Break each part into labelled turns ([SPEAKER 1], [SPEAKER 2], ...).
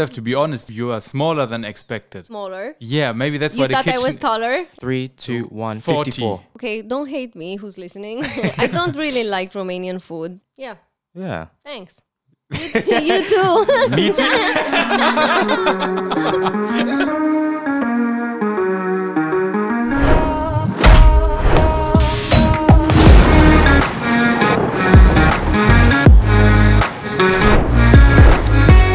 [SPEAKER 1] have to be honest, you are smaller than expected.
[SPEAKER 2] Smaller.
[SPEAKER 1] Yeah, maybe that's
[SPEAKER 2] You
[SPEAKER 1] why the
[SPEAKER 2] thought I
[SPEAKER 1] kitchen.
[SPEAKER 2] was taller?
[SPEAKER 3] Three, two, one,
[SPEAKER 1] 40.
[SPEAKER 3] 54.
[SPEAKER 2] Okay, don't hate me who's listening. I don't really like Romanian food. Yeah,
[SPEAKER 3] Yeah.
[SPEAKER 2] thanks. you, you too.
[SPEAKER 1] Me too.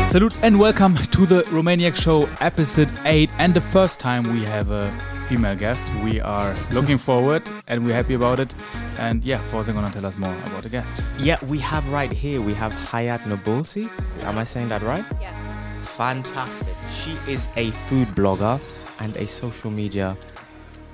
[SPEAKER 1] Salute and welcome to the Romaniac Show, episode 8, and the first time we have a female guest. We are looking forward and we're happy about it. And yeah, Forza gonna tell us more about the guest.
[SPEAKER 3] Yeah, we have right here, we have Hayat Nobulsi. Am I saying that right?
[SPEAKER 2] yeah.
[SPEAKER 3] Fantastic. She is a food blogger and a social media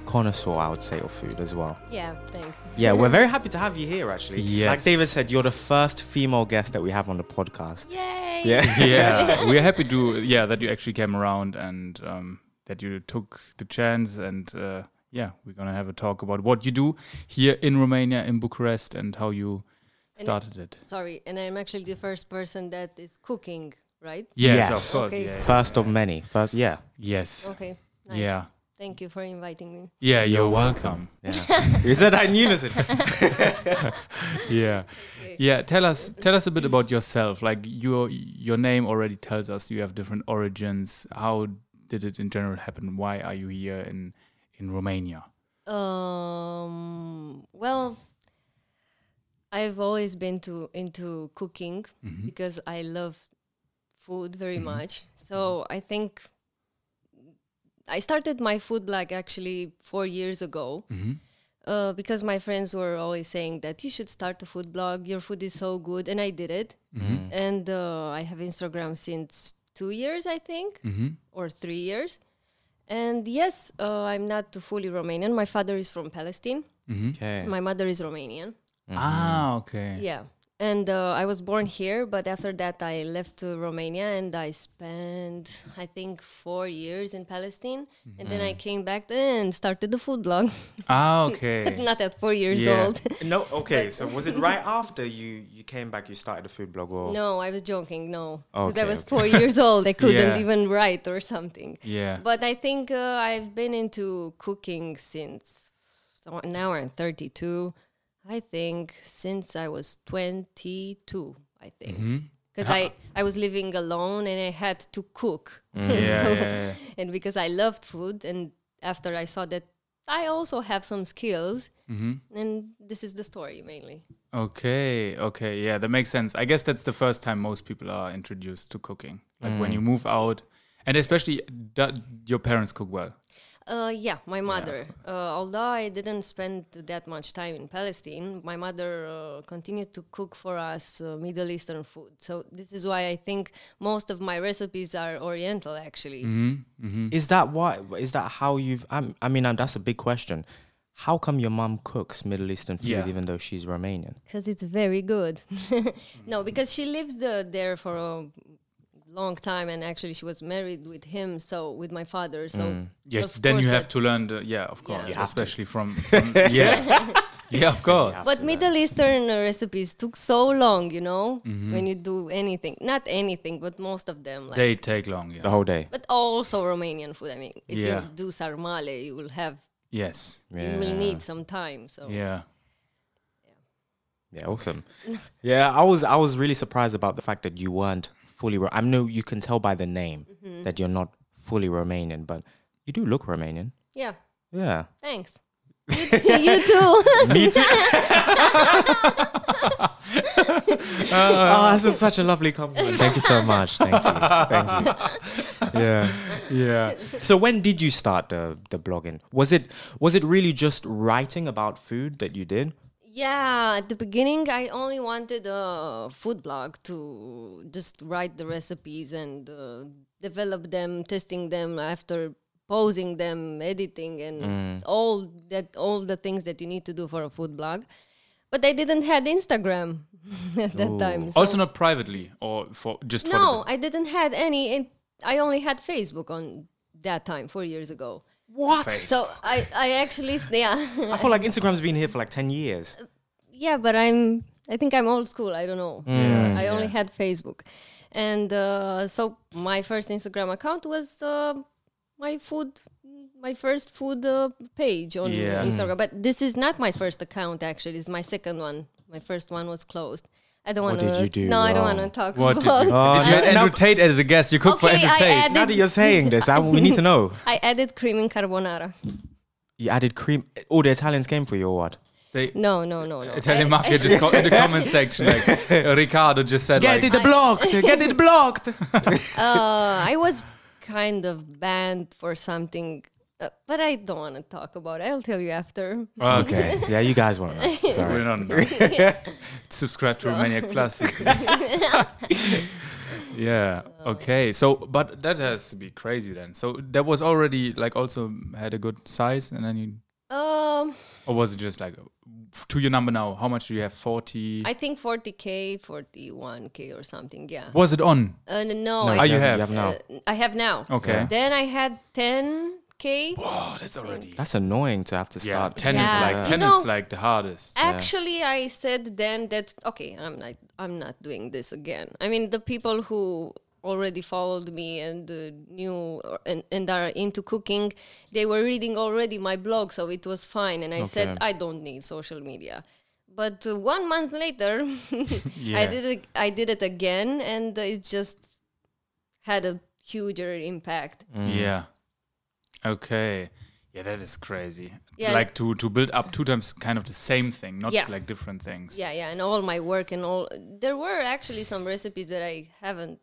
[SPEAKER 3] connoisseur, I would say, of food as well.
[SPEAKER 2] yeah, thanks.
[SPEAKER 3] Yeah, we're very happy to have you here, actually. Like
[SPEAKER 1] Yes.
[SPEAKER 3] David said, you're the first female guest that we have on the podcast.
[SPEAKER 2] Yay!
[SPEAKER 3] Yeah.
[SPEAKER 1] Yeah, we're happy to, yeah, that you actually came around and um, that you took the chance. And uh, yeah, we're gonna have a talk about what you do here in Romania, in Bucharest, and how you started it.
[SPEAKER 2] Sorry, and I'm actually the first person that is cooking, right?
[SPEAKER 1] Yes,
[SPEAKER 3] Yes.
[SPEAKER 1] of course.
[SPEAKER 2] Okay.
[SPEAKER 1] Yeah.
[SPEAKER 3] First of many. First, yeah.
[SPEAKER 1] Yes.
[SPEAKER 2] Okay, nice.
[SPEAKER 1] Yeah.
[SPEAKER 2] Thank you for inviting me.
[SPEAKER 1] Yeah, you're, welcome.
[SPEAKER 3] Yeah. you said that in unison.
[SPEAKER 1] yeah yeah tell us tell us a bit about yourself like your your name already tells us you have different origins how did it in general happen why are you here in in romania
[SPEAKER 2] Um, well, I've always been to into cooking because I love food very much. So I think I started my food blog actually four years ago. Uh, because my friends were always saying that you should start a food blog, your food is so good, and I did it. And uh, I have Instagram since two years, I think, or three years. And yes, uh, I'm not fully Romanian. My father is from Palestine.
[SPEAKER 3] okay.
[SPEAKER 2] My mother is Romanian.
[SPEAKER 1] ah okay
[SPEAKER 2] Yeah. And uh, I was born here, but after that, I left to Romania and I spent, I think, four years in Palestine. And then I came back and started the food blog.
[SPEAKER 1] ah okay
[SPEAKER 2] Not at four years
[SPEAKER 1] Yeah.
[SPEAKER 2] old.
[SPEAKER 3] No, okay. So was it right after you you came back, you started the food blog or
[SPEAKER 2] no, I was joking. No. Because I
[SPEAKER 3] Okay,
[SPEAKER 2] was
[SPEAKER 3] Oh. okay.
[SPEAKER 2] four years old. I couldn't
[SPEAKER 1] Yeah.
[SPEAKER 2] even write or something.
[SPEAKER 1] yeah
[SPEAKER 2] But I think uh, I've been into cooking since so now I'm 32. I think since I was 22, I think.
[SPEAKER 1] Mm-hmm.
[SPEAKER 2] Because I, I was living alone and I had to cook.
[SPEAKER 1] Mm, yeah,
[SPEAKER 2] So-
[SPEAKER 1] yeah, yeah.
[SPEAKER 2] And because I loved food, and after I saw that I also have some skills,
[SPEAKER 1] Mm-hmm.
[SPEAKER 2] and this is the story mainly.
[SPEAKER 1] okay okay yeah that makes sense i guess that's the first time most people are introduced to cooking like when you move out and especially that your parents cook well
[SPEAKER 2] Uh, yeah, my mother. uh, although I didn't spend that much time in Palestine, my mother uh, continued to cook for us uh, Middle Eastern food. So this is why I think most of my recipes are Oriental, actually.
[SPEAKER 1] Mm-hmm.
[SPEAKER 3] Is that why? Is that how you've? I'm, I mean, um that's a big question. How come your mom cooks Middle Eastern food
[SPEAKER 1] Yeah.
[SPEAKER 3] even though she's Romanian?
[SPEAKER 2] because it's very good. no, because she lived uh, there for a long time, and actually she was married with him, so with my father. So
[SPEAKER 1] Yeah,
[SPEAKER 2] of
[SPEAKER 1] Mm. then you
[SPEAKER 2] course
[SPEAKER 1] have
[SPEAKER 2] that-
[SPEAKER 1] to learn. The, yeah, of course,
[SPEAKER 2] You have
[SPEAKER 3] to.
[SPEAKER 1] especially from, from yeah, yeah, of course.
[SPEAKER 2] But Middle Eastern uh, recipes took so long, you know,
[SPEAKER 1] Mm-hmm.
[SPEAKER 2] when you do anything. Not anything, but most of them. Like,
[SPEAKER 1] They take long. Yeah.
[SPEAKER 3] The whole day.
[SPEAKER 2] but also Romanian food. I mean, if
[SPEAKER 1] Yeah.
[SPEAKER 2] you do sarmale, you will have,
[SPEAKER 1] Yes.
[SPEAKER 2] you will need some time. So
[SPEAKER 1] Yeah.
[SPEAKER 3] Yeah, awesome. yeah, I was I was really surprised about the fact that you weren't fully. Ro- I know you can tell by the name that you're not fully Romanian, but you do look Romanian.
[SPEAKER 2] yeah,
[SPEAKER 3] Yeah.
[SPEAKER 2] thanks. you, you too.
[SPEAKER 3] Me too. oh, this is such a lovely compliment. Thank you so much. Thank you. Thank you. Yeah.
[SPEAKER 1] Yeah.
[SPEAKER 3] So when did you start the the blogging? Was it was it really just writing about food that you did?
[SPEAKER 2] yeah, at the beginning, I only wanted a food blog to just write the recipes and uh, develop them, testing them after posing them, editing, and all that, all the things that you need to do for a food blog. But I didn't had Instagram at that time. so-
[SPEAKER 1] also not privately or for just for.
[SPEAKER 2] No,
[SPEAKER 1] the-
[SPEAKER 2] I didn't had any. It, I only had Facebook on that time, four years ago.
[SPEAKER 3] What?
[SPEAKER 2] So I, I actually, s- yeah,
[SPEAKER 3] I feel like Instagram's been here for like ten years.
[SPEAKER 2] yeah, but I'm, I think I'm old school. I don't know.
[SPEAKER 1] Mm. Yeah,
[SPEAKER 2] I only
[SPEAKER 1] yeah.
[SPEAKER 2] had Facebook. And uh, so my first Instagram account was uh, my food, my first food uh, page on
[SPEAKER 1] Yeah. Mm.
[SPEAKER 2] Instagram. But this is not my first account actually. It's my second one. My first one was closed. I don't want
[SPEAKER 3] What
[SPEAKER 2] to.
[SPEAKER 3] did you do
[SPEAKER 2] No, I don't
[SPEAKER 3] wrong?
[SPEAKER 2] want to talk
[SPEAKER 1] Oh. What did you,
[SPEAKER 2] about.
[SPEAKER 1] did you
[SPEAKER 3] no,
[SPEAKER 1] had Andrew
[SPEAKER 3] no.
[SPEAKER 1] Tate as a guest? You cook for
[SPEAKER 2] Okay,
[SPEAKER 1] Andrew
[SPEAKER 2] I
[SPEAKER 1] Tate.
[SPEAKER 2] added-
[SPEAKER 3] Now that you're saying this, I, we need to know.
[SPEAKER 2] I added cream in carbonara.
[SPEAKER 3] You added cream. Oh, the Italians came for you or what?
[SPEAKER 1] They-
[SPEAKER 2] No, no, no, no.
[SPEAKER 1] Italian
[SPEAKER 2] I-
[SPEAKER 1] mafia just co- in the comment section. Like, uh, Ricardo just said,
[SPEAKER 3] Get
[SPEAKER 1] like,
[SPEAKER 3] it blocked. Get it blocked.
[SPEAKER 2] uh, I was kind of banned for something, uh, but I don't want to talk about it. I'll tell you after.
[SPEAKER 3] Okay. Yeah, you guys won't. know.
[SPEAKER 1] We're
[SPEAKER 3] Sorry.
[SPEAKER 1] not subscribe to Maniac Plus. yeah. Okay. So, but that has to be crazy then. So that was already like also had a good size, and then you,
[SPEAKER 2] Um,
[SPEAKER 1] or was it just like to your number now? How much do you have? Forty.
[SPEAKER 2] I think 40k, 41k or something. Yeah.
[SPEAKER 1] was it on?
[SPEAKER 2] Uh, n- no,
[SPEAKER 3] No,
[SPEAKER 2] I,
[SPEAKER 1] Ah,
[SPEAKER 3] she
[SPEAKER 1] you
[SPEAKER 3] doesn't.
[SPEAKER 1] have.
[SPEAKER 3] now.
[SPEAKER 2] uh, I have now.
[SPEAKER 1] Okay.
[SPEAKER 3] Yeah.
[SPEAKER 2] Then I had 10k.
[SPEAKER 1] Oh, that's already.
[SPEAKER 3] That's annoying to have to
[SPEAKER 1] Yeah,
[SPEAKER 3] start.
[SPEAKER 1] ten is
[SPEAKER 2] Mm. Yeah.
[SPEAKER 1] like
[SPEAKER 2] You
[SPEAKER 1] ten
[SPEAKER 2] know-
[SPEAKER 1] is like the hardest.
[SPEAKER 2] Actually, I said then that okay, I'm not, I'm not doing this again. I mean, the people who already followed me and uh, knew or, and, and are into cooking, they were reading already my blog, so it was fine. And I said
[SPEAKER 3] Okay.
[SPEAKER 2] I don't need social media. But uh, one month later, I
[SPEAKER 1] Yeah.
[SPEAKER 2] did it, I did it again, and it just had a huger impact.
[SPEAKER 1] Yeah. Okay. Yeah, that is crazy.
[SPEAKER 2] Yeah.
[SPEAKER 1] Like to to build up two times kind of the same thing, not
[SPEAKER 2] Yeah.
[SPEAKER 1] like different things.
[SPEAKER 2] yeah yeah and all my work and all there were actually some recipes that i haven't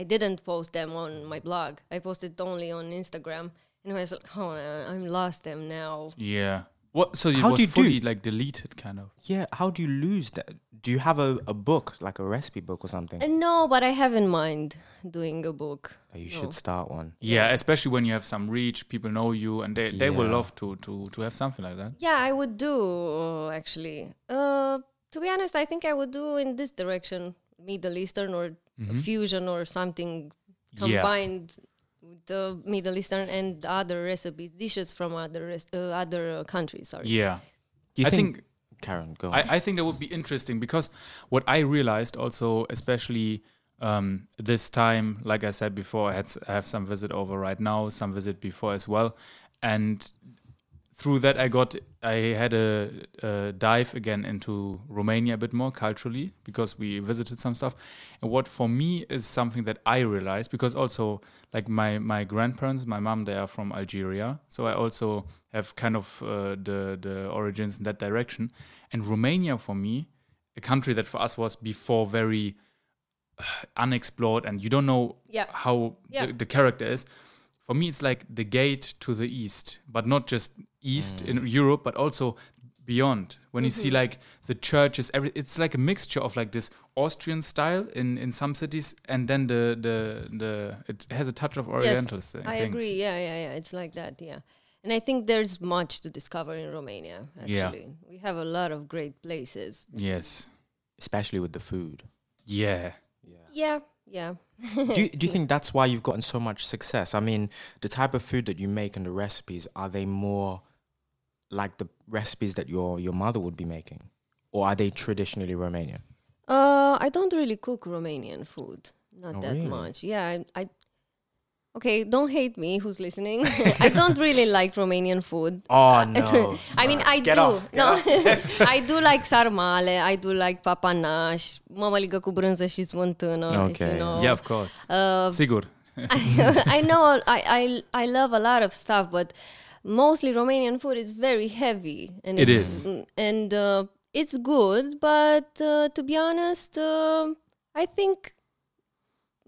[SPEAKER 2] i didn't post them on my blog i posted only on instagram and i was like oh no, i'm lost them now
[SPEAKER 1] Yeah. What? So it
[SPEAKER 3] How
[SPEAKER 1] was
[SPEAKER 3] do you do-
[SPEAKER 1] fully like deleted, kind of.
[SPEAKER 3] Yeah. How do you lose that? Do you have a, a book, like a recipe book or something?
[SPEAKER 2] and no but i have in mind doing a book
[SPEAKER 3] Oh, you
[SPEAKER 2] No.
[SPEAKER 3] should start one.
[SPEAKER 1] Yeah, especially when you have some reach, people know you, and they, they will
[SPEAKER 3] Yeah.
[SPEAKER 1] love to to to have something like that.
[SPEAKER 2] yeah i would do uh, actually uh to be honest i think i would do in this direction middle eastern or fusion or something
[SPEAKER 1] Yeah.
[SPEAKER 2] combined with the middle eastern and other recipes dishes from other res- uh, other uh, countries sorry
[SPEAKER 1] Yeah.
[SPEAKER 3] Do you
[SPEAKER 1] I
[SPEAKER 3] think,
[SPEAKER 1] think
[SPEAKER 3] Karen? Go. On.
[SPEAKER 1] I, I think that would be interesting because what I realized also, especially um, this time, like I said before, I had s- I have some visit over right now, some visit before as well, and through that I got I had a, a dive again into Romania a bit more culturally because we visited some stuff, and what for me is something that I realized because also like my my grandparents, my mom, they are from Algeria, so I also have kind of uh, the the origins in that direction, and Romania for me, a country that for us was before very uh, unexplored and you don't know
[SPEAKER 2] Yeah.
[SPEAKER 1] how
[SPEAKER 2] Yeah.
[SPEAKER 1] The, the character is. For me, it's like the gate to the east, but not just east in Europe, but also beyond. When you see
[SPEAKER 2] Mm-hmm.
[SPEAKER 1] like the churches, every it's like a mixture of like this Austrian style in in some cities, and then the the the it has a touch of Oriental
[SPEAKER 2] yes,
[SPEAKER 1] thi-
[SPEAKER 2] i
[SPEAKER 1] things.
[SPEAKER 2] agree yeah yeah yeah it's like that yeah and i think there's much to discover in romania
[SPEAKER 1] Yeah.
[SPEAKER 2] actually we have a lot of great places
[SPEAKER 1] Yes.
[SPEAKER 3] Especially with the food.
[SPEAKER 1] Yeah.
[SPEAKER 2] yeah yeah
[SPEAKER 3] do you, do you think that's why you've gotten so much success? I mean, the type of food that you make and the recipes are they more like the recipes that your your mother would be making, or are they traditionally Romanian?
[SPEAKER 2] Uh, I don't really cook Romanian food. Not
[SPEAKER 3] Oh,
[SPEAKER 2] that
[SPEAKER 3] really?
[SPEAKER 2] much. Yeah, I, I. Okay, don't hate me. Who's listening? I don't really like Romanian food.
[SPEAKER 3] Oh no!
[SPEAKER 2] Uh, I mean, I
[SPEAKER 3] Get
[SPEAKER 2] do.
[SPEAKER 3] off, get
[SPEAKER 2] no, I do like sarmale. I do like papanaș, mămăligă cu brânză și smântână. if
[SPEAKER 3] Okay.
[SPEAKER 2] You know.
[SPEAKER 1] Yeah, of course.
[SPEAKER 2] Uh,
[SPEAKER 1] Sigurd.
[SPEAKER 2] I know. I, I I love a lot of stuff, but mostly Romanian food is very heavy. And
[SPEAKER 1] It
[SPEAKER 2] it's-
[SPEAKER 1] is.
[SPEAKER 2] and uh, it's good. But uh, to be honest, uh, I think.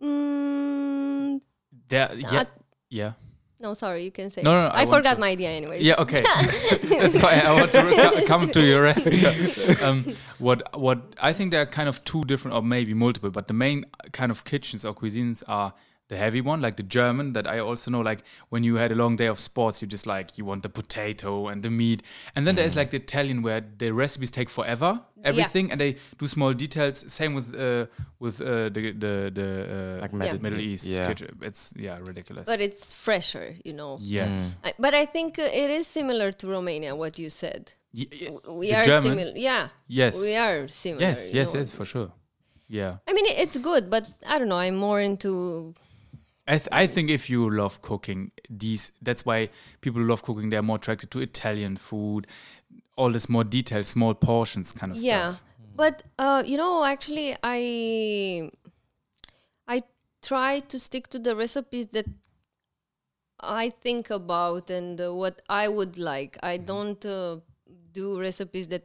[SPEAKER 2] Mm,
[SPEAKER 1] There, yeah.
[SPEAKER 2] Not-
[SPEAKER 1] Yeah.
[SPEAKER 2] no, sorry, you can say.
[SPEAKER 1] No, no, no, I
[SPEAKER 2] I,
[SPEAKER 1] want
[SPEAKER 2] forgot
[SPEAKER 1] to-
[SPEAKER 2] my idea anyway.
[SPEAKER 1] Yeah, okay. That's why I want to co- come to your rescue. Um, what what I think there are kind of two different, or maybe multiple, but the main kind of kitchens or cuisines are the heavy one, like the German that I also know. Like when you had a long day of sports, you just like you want the potato and the meat, and then there's like the Italian where the recipes take forever, everything, and they do small details. Same with uh, with uh, the the the uh,
[SPEAKER 3] Like Medi-
[SPEAKER 1] Middle East
[SPEAKER 3] yeah.
[SPEAKER 1] kitchen. It's yeah ridiculous.
[SPEAKER 2] But it's fresher, you know.
[SPEAKER 1] yes.
[SPEAKER 2] I, but I think uh, it is similar to Romania, what you said.
[SPEAKER 1] Y- y-
[SPEAKER 2] We
[SPEAKER 1] the
[SPEAKER 2] are
[SPEAKER 1] German-
[SPEAKER 2] similar. Yeah.
[SPEAKER 1] Yes.
[SPEAKER 2] We are similar.
[SPEAKER 1] Yes,
[SPEAKER 2] uh, you
[SPEAKER 1] yes,
[SPEAKER 2] know.
[SPEAKER 1] yes, for sure. yeah.
[SPEAKER 2] I mean, it- it's good, but I don't know. I'm more into
[SPEAKER 1] I, th- I think if you love cooking, these that's why people love cooking. They're more attracted to Italian food, all this more detailed, small portions kind of
[SPEAKER 2] yeah.
[SPEAKER 1] stuff.
[SPEAKER 2] But uh, you know, actually, I I try to stick to the recipes that I think about and uh, what I would like. I don't uh, do recipes that.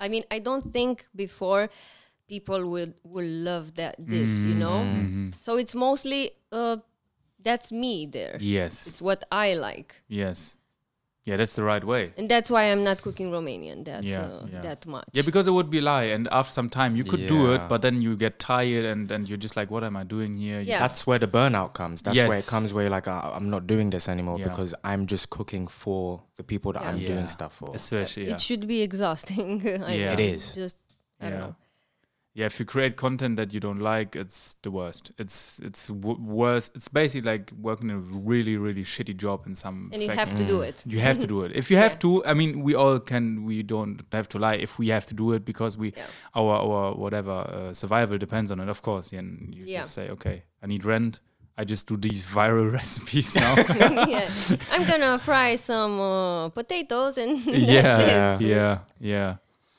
[SPEAKER 2] I mean, I don't think before people will will love that this. You know,
[SPEAKER 1] Mm-hmm.
[SPEAKER 2] so it's mostly uh, that's me there.
[SPEAKER 1] Yes,
[SPEAKER 2] It's what I like.
[SPEAKER 1] yes, yeah. That's the right way.
[SPEAKER 2] and that's why I'm not cooking Romanian that
[SPEAKER 1] Yeah,
[SPEAKER 2] uh,
[SPEAKER 1] yeah.
[SPEAKER 2] that much.
[SPEAKER 1] Yeah, because it would be a lie, and after some time you could do it,
[SPEAKER 3] Yeah.
[SPEAKER 1] but then you get tired, and and you're just like, what am I doing here? You-
[SPEAKER 2] Yeah.
[SPEAKER 3] That's where the burnout comes. That's where it
[SPEAKER 1] Yes.
[SPEAKER 3] comes where you're like, "Ah, I'm not doing this anymore
[SPEAKER 1] Yeah.
[SPEAKER 3] because I'm just cooking for the people that I'm
[SPEAKER 1] Yeah.
[SPEAKER 3] doing stuff for.
[SPEAKER 1] especially yeah.
[SPEAKER 2] It should be exhausting. I
[SPEAKER 1] Yeah.
[SPEAKER 2] know.
[SPEAKER 1] It
[SPEAKER 3] is.
[SPEAKER 2] Just I don't
[SPEAKER 1] Yeah.
[SPEAKER 2] know.
[SPEAKER 1] Yeah, if you create content that you don't like, it's the worst. It's it's w- worse. It's basically like working a really really shitty job in some.
[SPEAKER 2] And you
[SPEAKER 1] fac-
[SPEAKER 2] have to
[SPEAKER 3] Mm.
[SPEAKER 2] do it.
[SPEAKER 1] You have to do it. If you have to, I mean, we all can. We don't have to lie. If we have to do it because we,
[SPEAKER 2] Yeah.
[SPEAKER 1] our our whatever uh, survival depends on it, of course. And you
[SPEAKER 2] Yeah.
[SPEAKER 1] just say, okay, I need rent. I just do these viral recipes now.
[SPEAKER 2] yeah. I'm gonna fry some uh, potatoes and that's
[SPEAKER 1] yeah,
[SPEAKER 2] it.
[SPEAKER 1] yeah, yeah,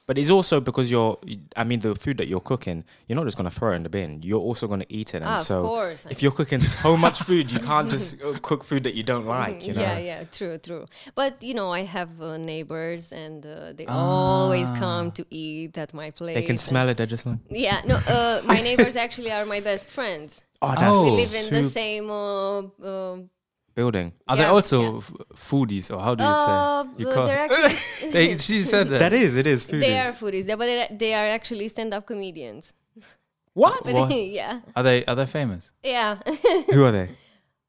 [SPEAKER 3] But it's also because you're, I mean, the food that you're cooking, you're not just going to throw it in the bin. You're also going to eat it. And
[SPEAKER 2] Ah, of
[SPEAKER 3] so
[SPEAKER 2] course.
[SPEAKER 3] if you're cooking so much food, you can't just uh, cook food that you don't like, you know?
[SPEAKER 2] Mm, Mm-hmm. Yeah, yeah, true, true. But you know, I have uh, neighbors, and uh, they always come to eat at my place.
[SPEAKER 3] Ah. They can
[SPEAKER 2] and-
[SPEAKER 3] smell it. They're just like,
[SPEAKER 2] Yeah, no, uh, my neighbors actually are my best friends.
[SPEAKER 3] oh, that's
[SPEAKER 1] Oh.
[SPEAKER 2] We live in the
[SPEAKER 3] soup
[SPEAKER 2] same uh, um
[SPEAKER 3] building.
[SPEAKER 1] Are they
[SPEAKER 2] Yeah,
[SPEAKER 1] also f- foodies or how do you
[SPEAKER 2] Uh,
[SPEAKER 1] say? You
[SPEAKER 2] uh,
[SPEAKER 1] call-
[SPEAKER 2] they're actually
[SPEAKER 1] they, she said uh, that.
[SPEAKER 3] That is, it is food.
[SPEAKER 2] they
[SPEAKER 3] is-
[SPEAKER 2] are foodies, they- but they, they are actually stand-up comedians.
[SPEAKER 3] What?
[SPEAKER 1] What?
[SPEAKER 2] yeah,
[SPEAKER 1] Are they are they famous?
[SPEAKER 2] yeah.
[SPEAKER 3] Who are they?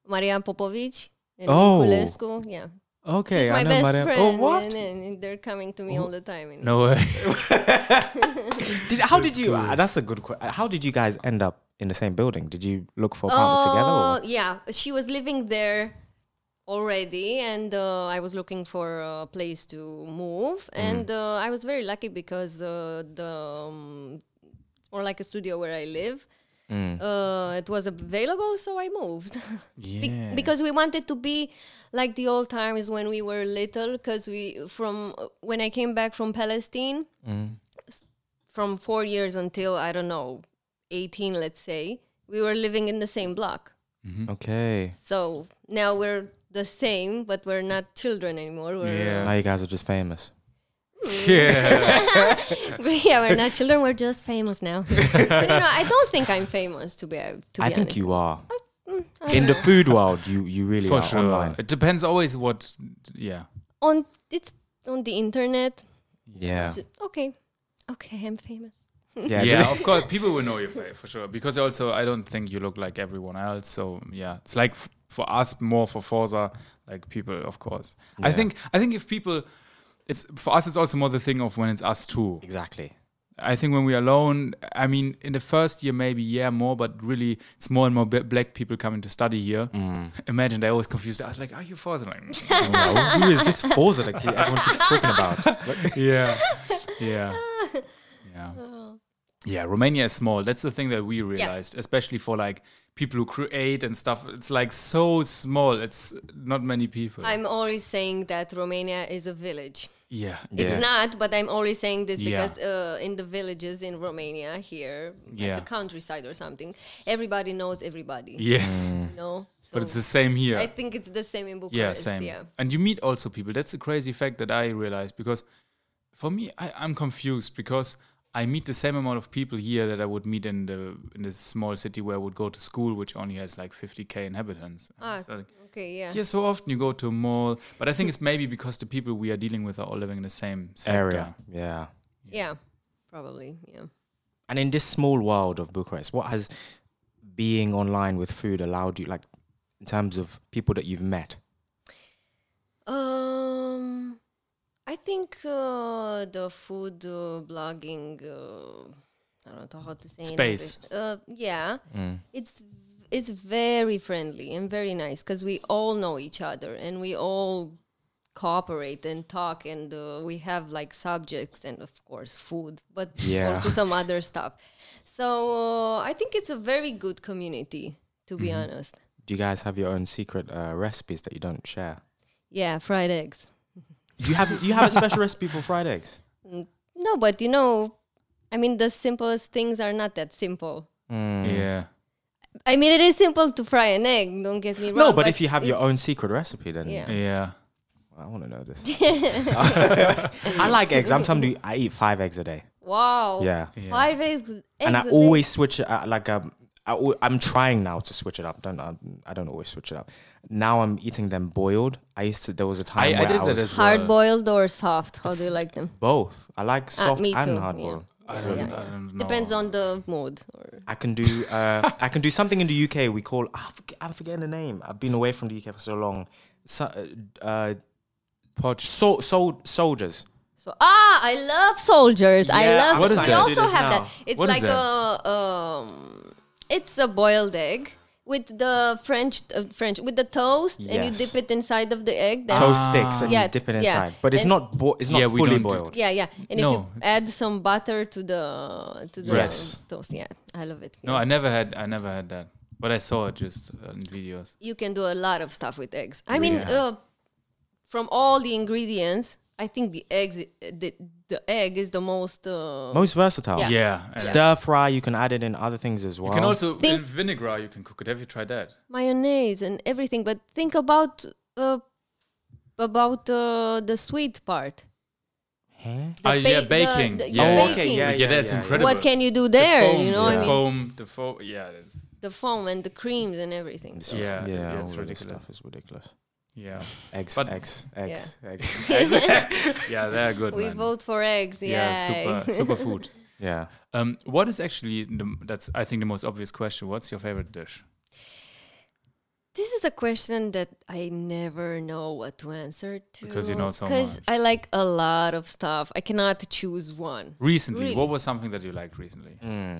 [SPEAKER 2] Marian Popovic and
[SPEAKER 3] Oh.
[SPEAKER 2] Niculescu. Yeah,
[SPEAKER 3] Okay,
[SPEAKER 2] she's my
[SPEAKER 3] I know
[SPEAKER 2] best
[SPEAKER 3] Mariam.
[SPEAKER 2] friend.
[SPEAKER 3] Oh, what?
[SPEAKER 2] And, and they're coming to me all the time. you know.
[SPEAKER 1] No way.
[SPEAKER 3] Did, how did you? Uh, that's a good question. How did you guys end up in the same building? Did you look for apartments
[SPEAKER 2] Oh,
[SPEAKER 3] together?
[SPEAKER 2] yeah. She was living there already, and uh, I was looking for a place to move.
[SPEAKER 3] Mm-hmm.
[SPEAKER 2] And uh, I was very lucky because uh, the um, it's more like a studio where I live.
[SPEAKER 3] Mm.
[SPEAKER 2] Uh, it was available, so I moved. Be-
[SPEAKER 1] Yeah.
[SPEAKER 2] because we wanted to be like the old times when we were little. Because we from when I came back from Palestine,
[SPEAKER 3] Mm.
[SPEAKER 2] s- from four years until I don't know, eighteen, let's say, we were living in the same block.
[SPEAKER 3] Or? Okay.
[SPEAKER 2] So now we're the same, but we're not children anymore. We're,
[SPEAKER 1] Yeah.
[SPEAKER 3] Now you guys are just famous.
[SPEAKER 1] yeah.
[SPEAKER 2] yeah, we're not children. We're just famous now. But no, I don't think I'm famous to be to be honest.
[SPEAKER 3] I
[SPEAKER 2] Uh, mm,
[SPEAKER 3] think you are.
[SPEAKER 2] I don't
[SPEAKER 3] In the
[SPEAKER 2] know.
[SPEAKER 3] food world, you you really
[SPEAKER 1] For
[SPEAKER 3] are
[SPEAKER 1] sure.
[SPEAKER 3] online.
[SPEAKER 1] It depends always what. Yeah.
[SPEAKER 2] on it's on the internet.
[SPEAKER 3] Yeah.
[SPEAKER 2] Okay, okay, I'm famous.
[SPEAKER 3] Yeah.
[SPEAKER 1] Yeah,
[SPEAKER 3] just-
[SPEAKER 1] of course, people will know your face for sure. Because also, I don't think you look like everyone else. So yeah, it's like f- for us more for Forza, like people, of course. I think I think if people, it's for us, it's also more the thing of when it's us too.
[SPEAKER 3] Exactly.
[SPEAKER 1] I think when we're alone, I mean, in the first year, maybe, yeah, more, but really, it's more and more b- black people coming to study here. Imagine they always confused. I was like, are you Forza? Like, "Mm."
[SPEAKER 3] Wow, who is this Forza that ke- everyone keeps talking about? Like-
[SPEAKER 1] yeah, yeah, yeah.
[SPEAKER 2] Oh.
[SPEAKER 1] Yeah, Romania is small. That's the thing that we realized, especially for like people who create and stuff. It's like so small. It's not many people.
[SPEAKER 2] I'm always saying that Romania is a village.
[SPEAKER 1] yeah,
[SPEAKER 3] Yeah.
[SPEAKER 2] It's not, but I'm always saying this
[SPEAKER 1] Yeah.
[SPEAKER 2] because uh, in the villages in Romania, here,
[SPEAKER 1] Yeah.
[SPEAKER 2] at the countryside or something, everybody knows everybody.
[SPEAKER 1] yes,
[SPEAKER 2] You know? So
[SPEAKER 1] but it's the same here.
[SPEAKER 2] Mm. I think it's the same in
[SPEAKER 1] yeah,
[SPEAKER 2] Bucharest.
[SPEAKER 1] same.
[SPEAKER 2] Yeah.
[SPEAKER 1] And you meet also people. That's a crazy fact that I realized because for me, I, I'm confused because I meet the same amount of people here that I would meet in the in this small city where I would go to school, which only has like 50k inhabitants. And
[SPEAKER 2] Ah,
[SPEAKER 1] it's like-
[SPEAKER 2] Okay, yeah.
[SPEAKER 1] Yeah, so often you go to a mall, but I think it's maybe because the people we are dealing with are all living in the same sector.
[SPEAKER 3] Area. Yeah.
[SPEAKER 2] Yeah. Probably. Yeah.
[SPEAKER 3] And in this small world of Bucharest, what has being online with food allowed you, like in terms of people that you've met?
[SPEAKER 2] Um, I think uh, the food uh, blogging. Uh, I don't know how to say in
[SPEAKER 1] Space.
[SPEAKER 2] English. Uh, yeah, it's it's very friendly and very nice because we all know each other and we all cooperate and talk and uh, we have like subjects and of course food but
[SPEAKER 3] Yeah.
[SPEAKER 2] also some other stuff so uh, i think it's a very good community to be honest
[SPEAKER 3] Do you guys have your own secret uh, recipes that you don't share?
[SPEAKER 2] yeah fried eggs
[SPEAKER 3] You have you have a special recipe for fried eggs.
[SPEAKER 2] no but you know i mean the simplest things are not that simple
[SPEAKER 1] Yeah.
[SPEAKER 2] i mean it is simple to fry an egg don't get me wrong
[SPEAKER 3] No, but if you have your
[SPEAKER 2] it's-
[SPEAKER 3] own secret recipe, then
[SPEAKER 2] Yeah.
[SPEAKER 1] Yeah.
[SPEAKER 3] I want to know this. I like eggs. I'm somebody I eat five eggs a day,
[SPEAKER 2] wow
[SPEAKER 3] Yeah.
[SPEAKER 2] five eggs, eggs
[SPEAKER 3] and
[SPEAKER 2] a
[SPEAKER 3] I
[SPEAKER 2] day.
[SPEAKER 3] always switch it. Uh, like um, I, al- I'm trying now to switch it up. Don't I, I don't always switch it up. Now I'm eating them boiled. I used to. There was a time
[SPEAKER 1] I- I
[SPEAKER 3] where
[SPEAKER 1] did
[SPEAKER 3] I
[SPEAKER 1] that
[SPEAKER 3] was
[SPEAKER 1] as well.
[SPEAKER 2] hard boiled or soft how do you like them
[SPEAKER 3] both. I like soft
[SPEAKER 2] Uh, me
[SPEAKER 3] and
[SPEAKER 2] too,
[SPEAKER 3] hard
[SPEAKER 2] yeah.
[SPEAKER 3] boiled.
[SPEAKER 1] I don't, I don't know.
[SPEAKER 2] depends on the mood or
[SPEAKER 3] I can do. Uh, I can do something in the UK. We call. I forget, I'm forgetting the name. I've been away from the UK for so long. So, uh,
[SPEAKER 1] Poch.
[SPEAKER 3] so, so soldiers.
[SPEAKER 2] So ah, I love soldiers. I
[SPEAKER 3] Yeah,
[SPEAKER 2] love.
[SPEAKER 3] I'm What is
[SPEAKER 2] we
[SPEAKER 3] that?
[SPEAKER 2] also
[SPEAKER 3] Do this
[SPEAKER 2] have that.
[SPEAKER 3] now.
[SPEAKER 2] It's
[SPEAKER 1] What is
[SPEAKER 2] like a um, it's a boiled egg with the French uh, French with the toast, and you
[SPEAKER 3] Yes. Ah.
[SPEAKER 2] dip it inside of the egg. Then
[SPEAKER 3] Toast sticks and
[SPEAKER 2] Ah. Yeah,
[SPEAKER 3] you dip it
[SPEAKER 2] yeah.
[SPEAKER 3] inside, but it's
[SPEAKER 2] And-
[SPEAKER 3] not. Bo- it's not
[SPEAKER 1] Yeah, we
[SPEAKER 3] fully
[SPEAKER 1] don't do-
[SPEAKER 3] boiled.
[SPEAKER 2] yeah, yeah. And if you
[SPEAKER 1] No, it's-
[SPEAKER 2] add some butter to the to the
[SPEAKER 3] Yes.
[SPEAKER 2] toast, yeah, I love it.
[SPEAKER 1] No, I never had. I never had that. But I saw it just uh, in videos.
[SPEAKER 2] you can do a lot of stuff with eggs. I mean, uh, from all the ingredients, I think the eggs the, the egg is the most. Uh,
[SPEAKER 3] Most versatile.
[SPEAKER 2] Yeah.
[SPEAKER 1] Yeah. and
[SPEAKER 3] Stir fry. You can add it in other things as well.
[SPEAKER 1] You can also
[SPEAKER 2] Think-
[SPEAKER 1] in vinegar. You can cook it. Have you tried that?
[SPEAKER 2] mayonnaise and everything but think about uh, about uh, the sweet part The
[SPEAKER 1] Oh yeah,
[SPEAKER 2] ba-
[SPEAKER 1] baking.
[SPEAKER 2] the- the
[SPEAKER 1] yeah.
[SPEAKER 2] Oh, okay, yeah,
[SPEAKER 1] yeah,
[SPEAKER 3] yeah,
[SPEAKER 1] that's
[SPEAKER 3] yeah, yeah.
[SPEAKER 1] incredible.
[SPEAKER 2] what can you do there
[SPEAKER 1] foam,
[SPEAKER 2] you know
[SPEAKER 1] the
[SPEAKER 2] I mean,
[SPEAKER 1] foam, the foam. Yeah, that's,
[SPEAKER 2] the foam and the creams and everything so.
[SPEAKER 1] yeah,
[SPEAKER 3] yeah, all
[SPEAKER 1] yeah,
[SPEAKER 3] of
[SPEAKER 1] it's
[SPEAKER 3] this
[SPEAKER 1] ridiculous.
[SPEAKER 3] stuff is ridiculous.
[SPEAKER 1] Yeah,
[SPEAKER 3] Eggs,
[SPEAKER 1] But-
[SPEAKER 3] eggs, eggs, eggs.
[SPEAKER 1] yeah, they're good.
[SPEAKER 2] we
[SPEAKER 1] man.
[SPEAKER 2] vote for eggs
[SPEAKER 1] yeah,
[SPEAKER 2] yeah
[SPEAKER 1] super, super food.
[SPEAKER 3] Yeah.
[SPEAKER 1] Um, what is actually the, that's I think the most obvious question. What's your favorite dish?
[SPEAKER 2] this is a question that i never know what to answer to
[SPEAKER 1] Because you know so
[SPEAKER 2] because
[SPEAKER 1] much.
[SPEAKER 2] i like a lot of stuff i cannot choose one
[SPEAKER 1] Recently,
[SPEAKER 2] Really?
[SPEAKER 1] what was something that you liked recently
[SPEAKER 3] Mm.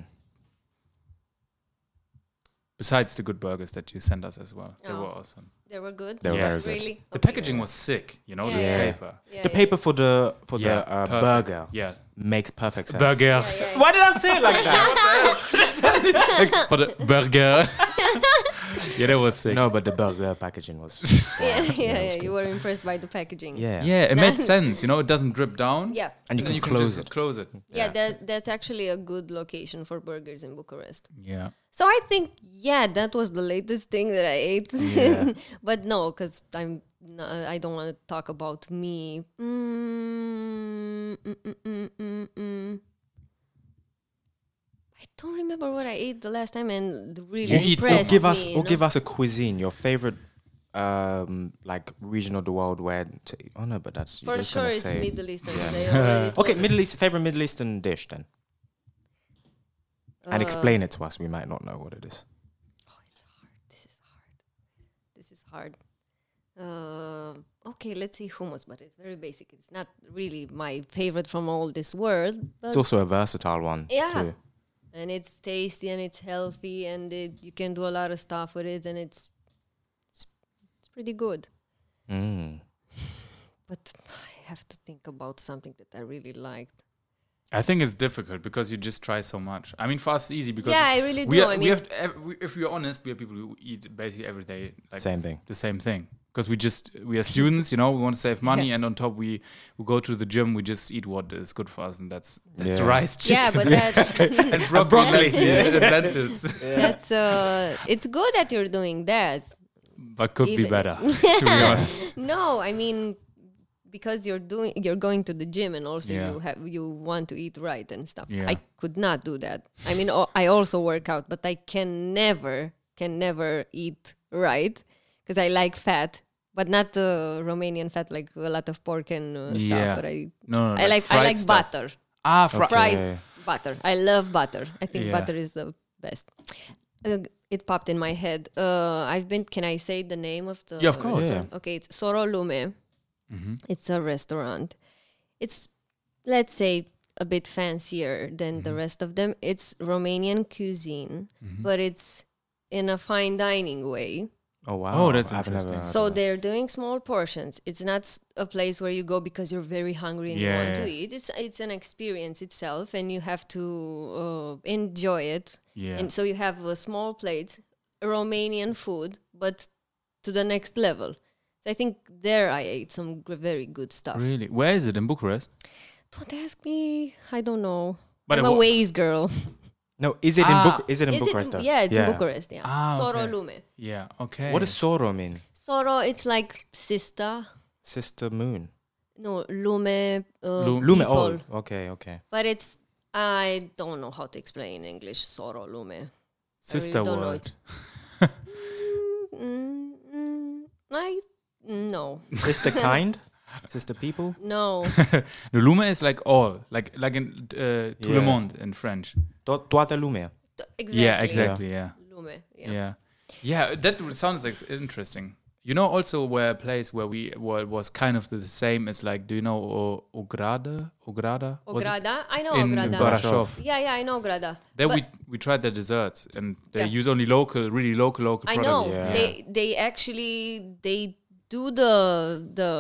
[SPEAKER 1] besides the good burgers that you sent us as well? They
[SPEAKER 2] Oh.
[SPEAKER 1] were awesome.
[SPEAKER 2] they were good
[SPEAKER 3] They were
[SPEAKER 1] Yes.
[SPEAKER 3] very good.
[SPEAKER 2] really
[SPEAKER 1] The
[SPEAKER 2] Okay.
[SPEAKER 1] packaging was sick. You know,
[SPEAKER 2] Yeah,
[SPEAKER 1] this
[SPEAKER 3] yeah.
[SPEAKER 1] paper.
[SPEAKER 2] Yeah,
[SPEAKER 3] The
[SPEAKER 2] yeah.
[SPEAKER 3] paper for the for
[SPEAKER 1] Yeah,
[SPEAKER 3] the uh,
[SPEAKER 1] perfect.
[SPEAKER 3] burger
[SPEAKER 1] Yeah,
[SPEAKER 3] makes perfect sense.
[SPEAKER 1] burger
[SPEAKER 2] Yeah, yeah,
[SPEAKER 3] Why did I say it like that?
[SPEAKER 1] for the burger. yeah, that was sick.
[SPEAKER 3] no, but the burger packaging was.
[SPEAKER 2] yeah, yeah, yeah,
[SPEAKER 3] it's
[SPEAKER 2] you were impressed by the packaging
[SPEAKER 3] Yeah.
[SPEAKER 1] Yeah, it made sense. You know, it doesn't drip down.
[SPEAKER 2] yeah
[SPEAKER 3] And you
[SPEAKER 1] Then
[SPEAKER 3] can
[SPEAKER 1] you can
[SPEAKER 3] close
[SPEAKER 1] just
[SPEAKER 3] it.
[SPEAKER 1] close it.
[SPEAKER 2] yeah, that that's actually a good location for burgers in Bucharest.
[SPEAKER 1] Yeah.
[SPEAKER 2] So I think yeah, that was the latest thing that I ate.
[SPEAKER 1] Yeah.
[SPEAKER 2] but no, because I'm no, I don't want to talk about me. Mm, mm, mm, mm, mm, mm. I don't remember what I ate the last time, and really
[SPEAKER 1] You eat
[SPEAKER 2] impressed
[SPEAKER 1] something.
[SPEAKER 3] Or give us
[SPEAKER 2] me, you
[SPEAKER 3] or
[SPEAKER 2] know?
[SPEAKER 3] give us a cuisine, your favorite um like region of the world where to, oh no, but that's you're
[SPEAKER 2] for
[SPEAKER 3] just
[SPEAKER 2] sure
[SPEAKER 3] gonna
[SPEAKER 2] it's
[SPEAKER 3] say
[SPEAKER 2] Middle Eastern.
[SPEAKER 3] Yeah.
[SPEAKER 2] They already told
[SPEAKER 3] Okay,
[SPEAKER 2] me.
[SPEAKER 3] Middle East favorite Middle Eastern dish then.
[SPEAKER 2] Uh,
[SPEAKER 3] and explain it to us. We might not know what it is.
[SPEAKER 2] Oh, it's hard. This is hard. This is hard. Uh, okay, let's see hummus, but it's very basic. It's not really my favorite from all this world, but
[SPEAKER 3] It's also a versatile one.
[SPEAKER 2] Yeah.
[SPEAKER 3] too.
[SPEAKER 2] and it's tasty and it's healthy and it, you can do a lot of stuff with it and it's it's, it's pretty good.
[SPEAKER 3] Mm.
[SPEAKER 2] But I have to think about something that I really liked.
[SPEAKER 1] I think it's difficult because you just try so much. I mean, for us, it's easy because
[SPEAKER 2] Yeah, I really
[SPEAKER 1] we
[SPEAKER 2] do.
[SPEAKER 1] Are,
[SPEAKER 2] I
[SPEAKER 1] we
[SPEAKER 2] mean-
[SPEAKER 1] have to, ev- we- if we're honest, we are people who eat basically every day like
[SPEAKER 3] Same thing.
[SPEAKER 1] the same thing because we just we are students, you know. We want to save money, and on top we we go to the gym. We just eat what is good for us, and that's that's
[SPEAKER 3] Yeah.
[SPEAKER 1] rice, chicken,
[SPEAKER 2] Yeah, but that's
[SPEAKER 1] and broccoli, and lentils.
[SPEAKER 2] that's uh, it's good that you're doing that.
[SPEAKER 1] But could be
[SPEAKER 2] Even-
[SPEAKER 1] better, to be honest.
[SPEAKER 2] No, I mean because you're doing you're going to the gym and also
[SPEAKER 1] Yeah.
[SPEAKER 2] you have you want to eat right and stuff.
[SPEAKER 1] Yeah.
[SPEAKER 2] I could not do that. I mean o- I also work out, but I can never can never eat right because I like fat, but not uh, Romanian fat like a lot of pork and uh, stuff.
[SPEAKER 1] Yeah.
[SPEAKER 2] But I
[SPEAKER 1] No, no,
[SPEAKER 2] I like I
[SPEAKER 1] fried
[SPEAKER 2] like
[SPEAKER 1] stuff.
[SPEAKER 2] butter,
[SPEAKER 1] Ah, fri-
[SPEAKER 2] fried
[SPEAKER 3] Okay.
[SPEAKER 2] butter. I love butter. I think
[SPEAKER 1] Yeah.
[SPEAKER 2] butter is the best. Uh, it popped in my head. Uh, I've been. Can I say the name of the?
[SPEAKER 1] Yeah, Mm-hmm. of course.
[SPEAKER 3] Yeah.
[SPEAKER 2] Okay, it's Soro Lume. It's a restaurant. It's let's say a bit fancier than
[SPEAKER 1] Mm-hmm.
[SPEAKER 2] the rest of them. It's Romanian cuisine, but it's in a fine dining way.
[SPEAKER 3] Oh wow!
[SPEAKER 1] Oh, that's
[SPEAKER 3] I've
[SPEAKER 1] interesting.
[SPEAKER 3] never- I
[SPEAKER 2] So
[SPEAKER 3] don't know.
[SPEAKER 2] they're doing small portions. It's not s- a place where you go because you're very hungry and you want
[SPEAKER 1] Yeah.
[SPEAKER 2] to eat. It's it's an experience itself, and you have to uh, enjoy it.
[SPEAKER 1] Yeah.
[SPEAKER 2] And so you have a small plate, Romanian food, but to the next level. So I think there I ate some gr- very good stuff.
[SPEAKER 1] really? Where is it in Bucharest?
[SPEAKER 2] Don't ask me. I don't know.
[SPEAKER 1] But
[SPEAKER 2] I'm
[SPEAKER 1] it
[SPEAKER 2] a
[SPEAKER 1] wa-
[SPEAKER 2] ways girl.
[SPEAKER 3] no, is it in
[SPEAKER 1] Ah.
[SPEAKER 3] Buc- Is it in
[SPEAKER 2] Is it-
[SPEAKER 3] Bucharest? though?
[SPEAKER 2] yeah, it's in Bucharest. Yeah.
[SPEAKER 1] Ah,
[SPEAKER 2] Soro
[SPEAKER 1] okay.
[SPEAKER 2] lume.
[SPEAKER 1] Yeah. Okay.
[SPEAKER 3] What does Soro mean?
[SPEAKER 2] Soro, it's like sister.
[SPEAKER 3] Sister Moon.
[SPEAKER 2] No, lume. Uh,
[SPEAKER 1] Lu-
[SPEAKER 3] Lume.
[SPEAKER 2] people.
[SPEAKER 3] Oh, okay, okay.
[SPEAKER 2] But it's I don't know how to explain in English Soro lume.
[SPEAKER 1] sister
[SPEAKER 2] don't know
[SPEAKER 1] world?
[SPEAKER 2] it. Mm, mm, I no
[SPEAKER 3] Sister kind. Sister people.
[SPEAKER 2] no
[SPEAKER 1] The Lume is like all, like like in uh, tout le
[SPEAKER 3] Yeah.
[SPEAKER 1] monde in French.
[SPEAKER 3] To- Toată lumea.
[SPEAKER 2] T- exactly.
[SPEAKER 1] Yeah, exactly. Yeah.
[SPEAKER 2] Lume. Yeah.
[SPEAKER 1] Yeah. yeah, That r- sounds like s- interesting. You know, also where a place where we where it was kind of the same is like, do you know O- Ograda? Ograda? Was it?
[SPEAKER 2] Ograda. Oh, I know
[SPEAKER 1] in
[SPEAKER 2] Ograda.
[SPEAKER 1] Barashov.
[SPEAKER 2] Yeah, yeah, I know Ograda.
[SPEAKER 1] There
[SPEAKER 2] But
[SPEAKER 1] we we tried their desserts and they
[SPEAKER 2] Yeah.
[SPEAKER 1] use only local, really local local
[SPEAKER 2] I know
[SPEAKER 1] products.
[SPEAKER 3] Yeah.
[SPEAKER 2] they they actually they do the the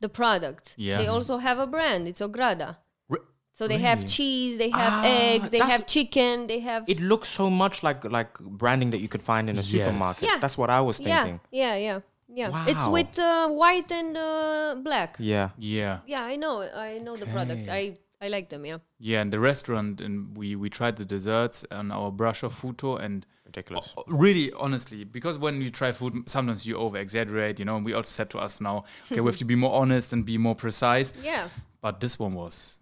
[SPEAKER 2] the product.
[SPEAKER 1] Yeah.
[SPEAKER 2] They also have a brand. It's Ograda.
[SPEAKER 1] Re-
[SPEAKER 2] So they have cheese, they have
[SPEAKER 3] Ah,
[SPEAKER 2] eggs, they
[SPEAKER 3] that's-
[SPEAKER 2] have chicken, they have
[SPEAKER 3] It looks so much like like branding that you could find in a supermarket.
[SPEAKER 2] Yeah.
[SPEAKER 3] That's what I was
[SPEAKER 2] yeah,
[SPEAKER 3] thinking.
[SPEAKER 2] yeah, yeah, yeah. It's
[SPEAKER 3] Wow.
[SPEAKER 2] with uh, white and uh, black. Yeah.
[SPEAKER 3] Yeah.
[SPEAKER 1] Yeah.
[SPEAKER 2] I know, I know the products. I I like them. Yeah,
[SPEAKER 1] Yeah, and the restaurant, and we we tried the desserts on our brush of futo, and
[SPEAKER 3] Ridiculous.
[SPEAKER 1] o- really, honestly, because when you try food, sometimes you over exaggerate, you know. And we also said to us now, okay, we have to be more honest and be more precise.
[SPEAKER 2] yeah.
[SPEAKER 1] But this one was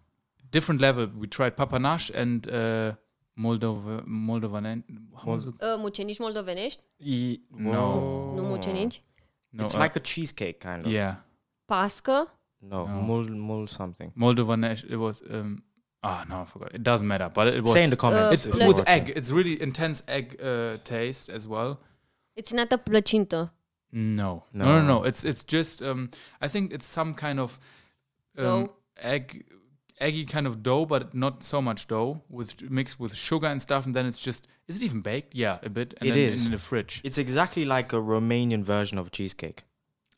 [SPEAKER 1] different level. We tried papanash and uh, Moldova Moldovan. How was it?
[SPEAKER 2] Uh, mucenici moldovenești?
[SPEAKER 3] E-
[SPEAKER 1] No,
[SPEAKER 2] Nu mucenici.
[SPEAKER 1] no,
[SPEAKER 3] it's
[SPEAKER 1] uh,
[SPEAKER 3] like a cheesecake kind of.
[SPEAKER 1] yeah,
[SPEAKER 2] Pască.
[SPEAKER 3] No, mul mul something.
[SPEAKER 1] Moldovanish. It was. um Ah no, I forgot. It doesn't matter, but it was.
[SPEAKER 3] Say in the comments.
[SPEAKER 2] It's
[SPEAKER 3] if you
[SPEAKER 2] Let's-
[SPEAKER 1] with
[SPEAKER 3] watch
[SPEAKER 1] egg.
[SPEAKER 3] it.
[SPEAKER 1] It's really intense egg uh, taste as well.
[SPEAKER 2] It's not a plăcintă.
[SPEAKER 1] No. no, no, no,
[SPEAKER 3] No.
[SPEAKER 1] It's it's just um, I think it's some kind of um,
[SPEAKER 2] Dough.
[SPEAKER 1] egg, eggy kind of dough, but not so much dough with mixed with sugar and stuff, and then it's just is it even baked? Yeah, a bit. And
[SPEAKER 3] It
[SPEAKER 1] then
[SPEAKER 3] is.
[SPEAKER 1] in the fridge.
[SPEAKER 3] It's exactly like a Romanian version of cheesecake.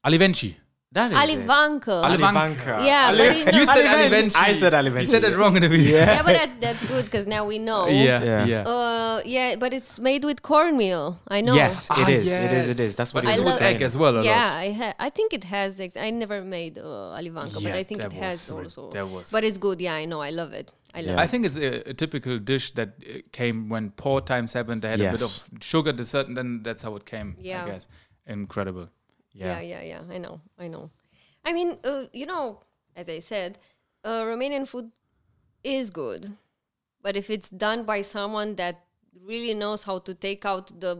[SPEAKER 1] Alivenci.
[SPEAKER 3] That is
[SPEAKER 2] Alivancă.
[SPEAKER 3] it.
[SPEAKER 1] Alivancă.
[SPEAKER 3] Alivanca.
[SPEAKER 2] Yeah, but it's
[SPEAKER 1] You
[SPEAKER 2] not-
[SPEAKER 1] said
[SPEAKER 3] Alivenci.
[SPEAKER 1] Alivenci.
[SPEAKER 3] I said
[SPEAKER 1] You
[SPEAKER 3] Alivenci.
[SPEAKER 1] said it wrong in the video.
[SPEAKER 2] yeah, but that, that's good because now we know.
[SPEAKER 1] yeah,
[SPEAKER 3] Yeah.
[SPEAKER 1] yeah.
[SPEAKER 2] Uh, yeah, but it's made with cornmeal. I know.
[SPEAKER 3] Yes, it
[SPEAKER 1] Ah,
[SPEAKER 3] is. It is. It
[SPEAKER 1] yes.
[SPEAKER 3] is. That's what
[SPEAKER 1] But
[SPEAKER 2] I
[SPEAKER 3] it
[SPEAKER 1] it's
[SPEAKER 3] is.
[SPEAKER 2] love-
[SPEAKER 1] with egg as well. A
[SPEAKER 2] yeah,
[SPEAKER 1] lot.
[SPEAKER 2] I ha- I think it has. Ex- I never made uh, Alivanka, but
[SPEAKER 1] Yeah,
[SPEAKER 2] I think
[SPEAKER 1] that
[SPEAKER 2] it has
[SPEAKER 1] was re-
[SPEAKER 2] also.
[SPEAKER 1] that was-
[SPEAKER 2] But it's good. Yeah, I know. I love it. I love
[SPEAKER 1] I think it's a, a typical dish that uh, came when poor times happened. They had
[SPEAKER 3] Yes.
[SPEAKER 1] a bit of sugar dessert, and then that's how it came.
[SPEAKER 2] Yeah.
[SPEAKER 1] I guess incredible.
[SPEAKER 2] it. Yeah.
[SPEAKER 1] Yeah,
[SPEAKER 2] yeah, yeah, I know. I know. I mean, uh, you know, as I said, uh, Romanian food is good, but if it's done by someone that really knows how to take out the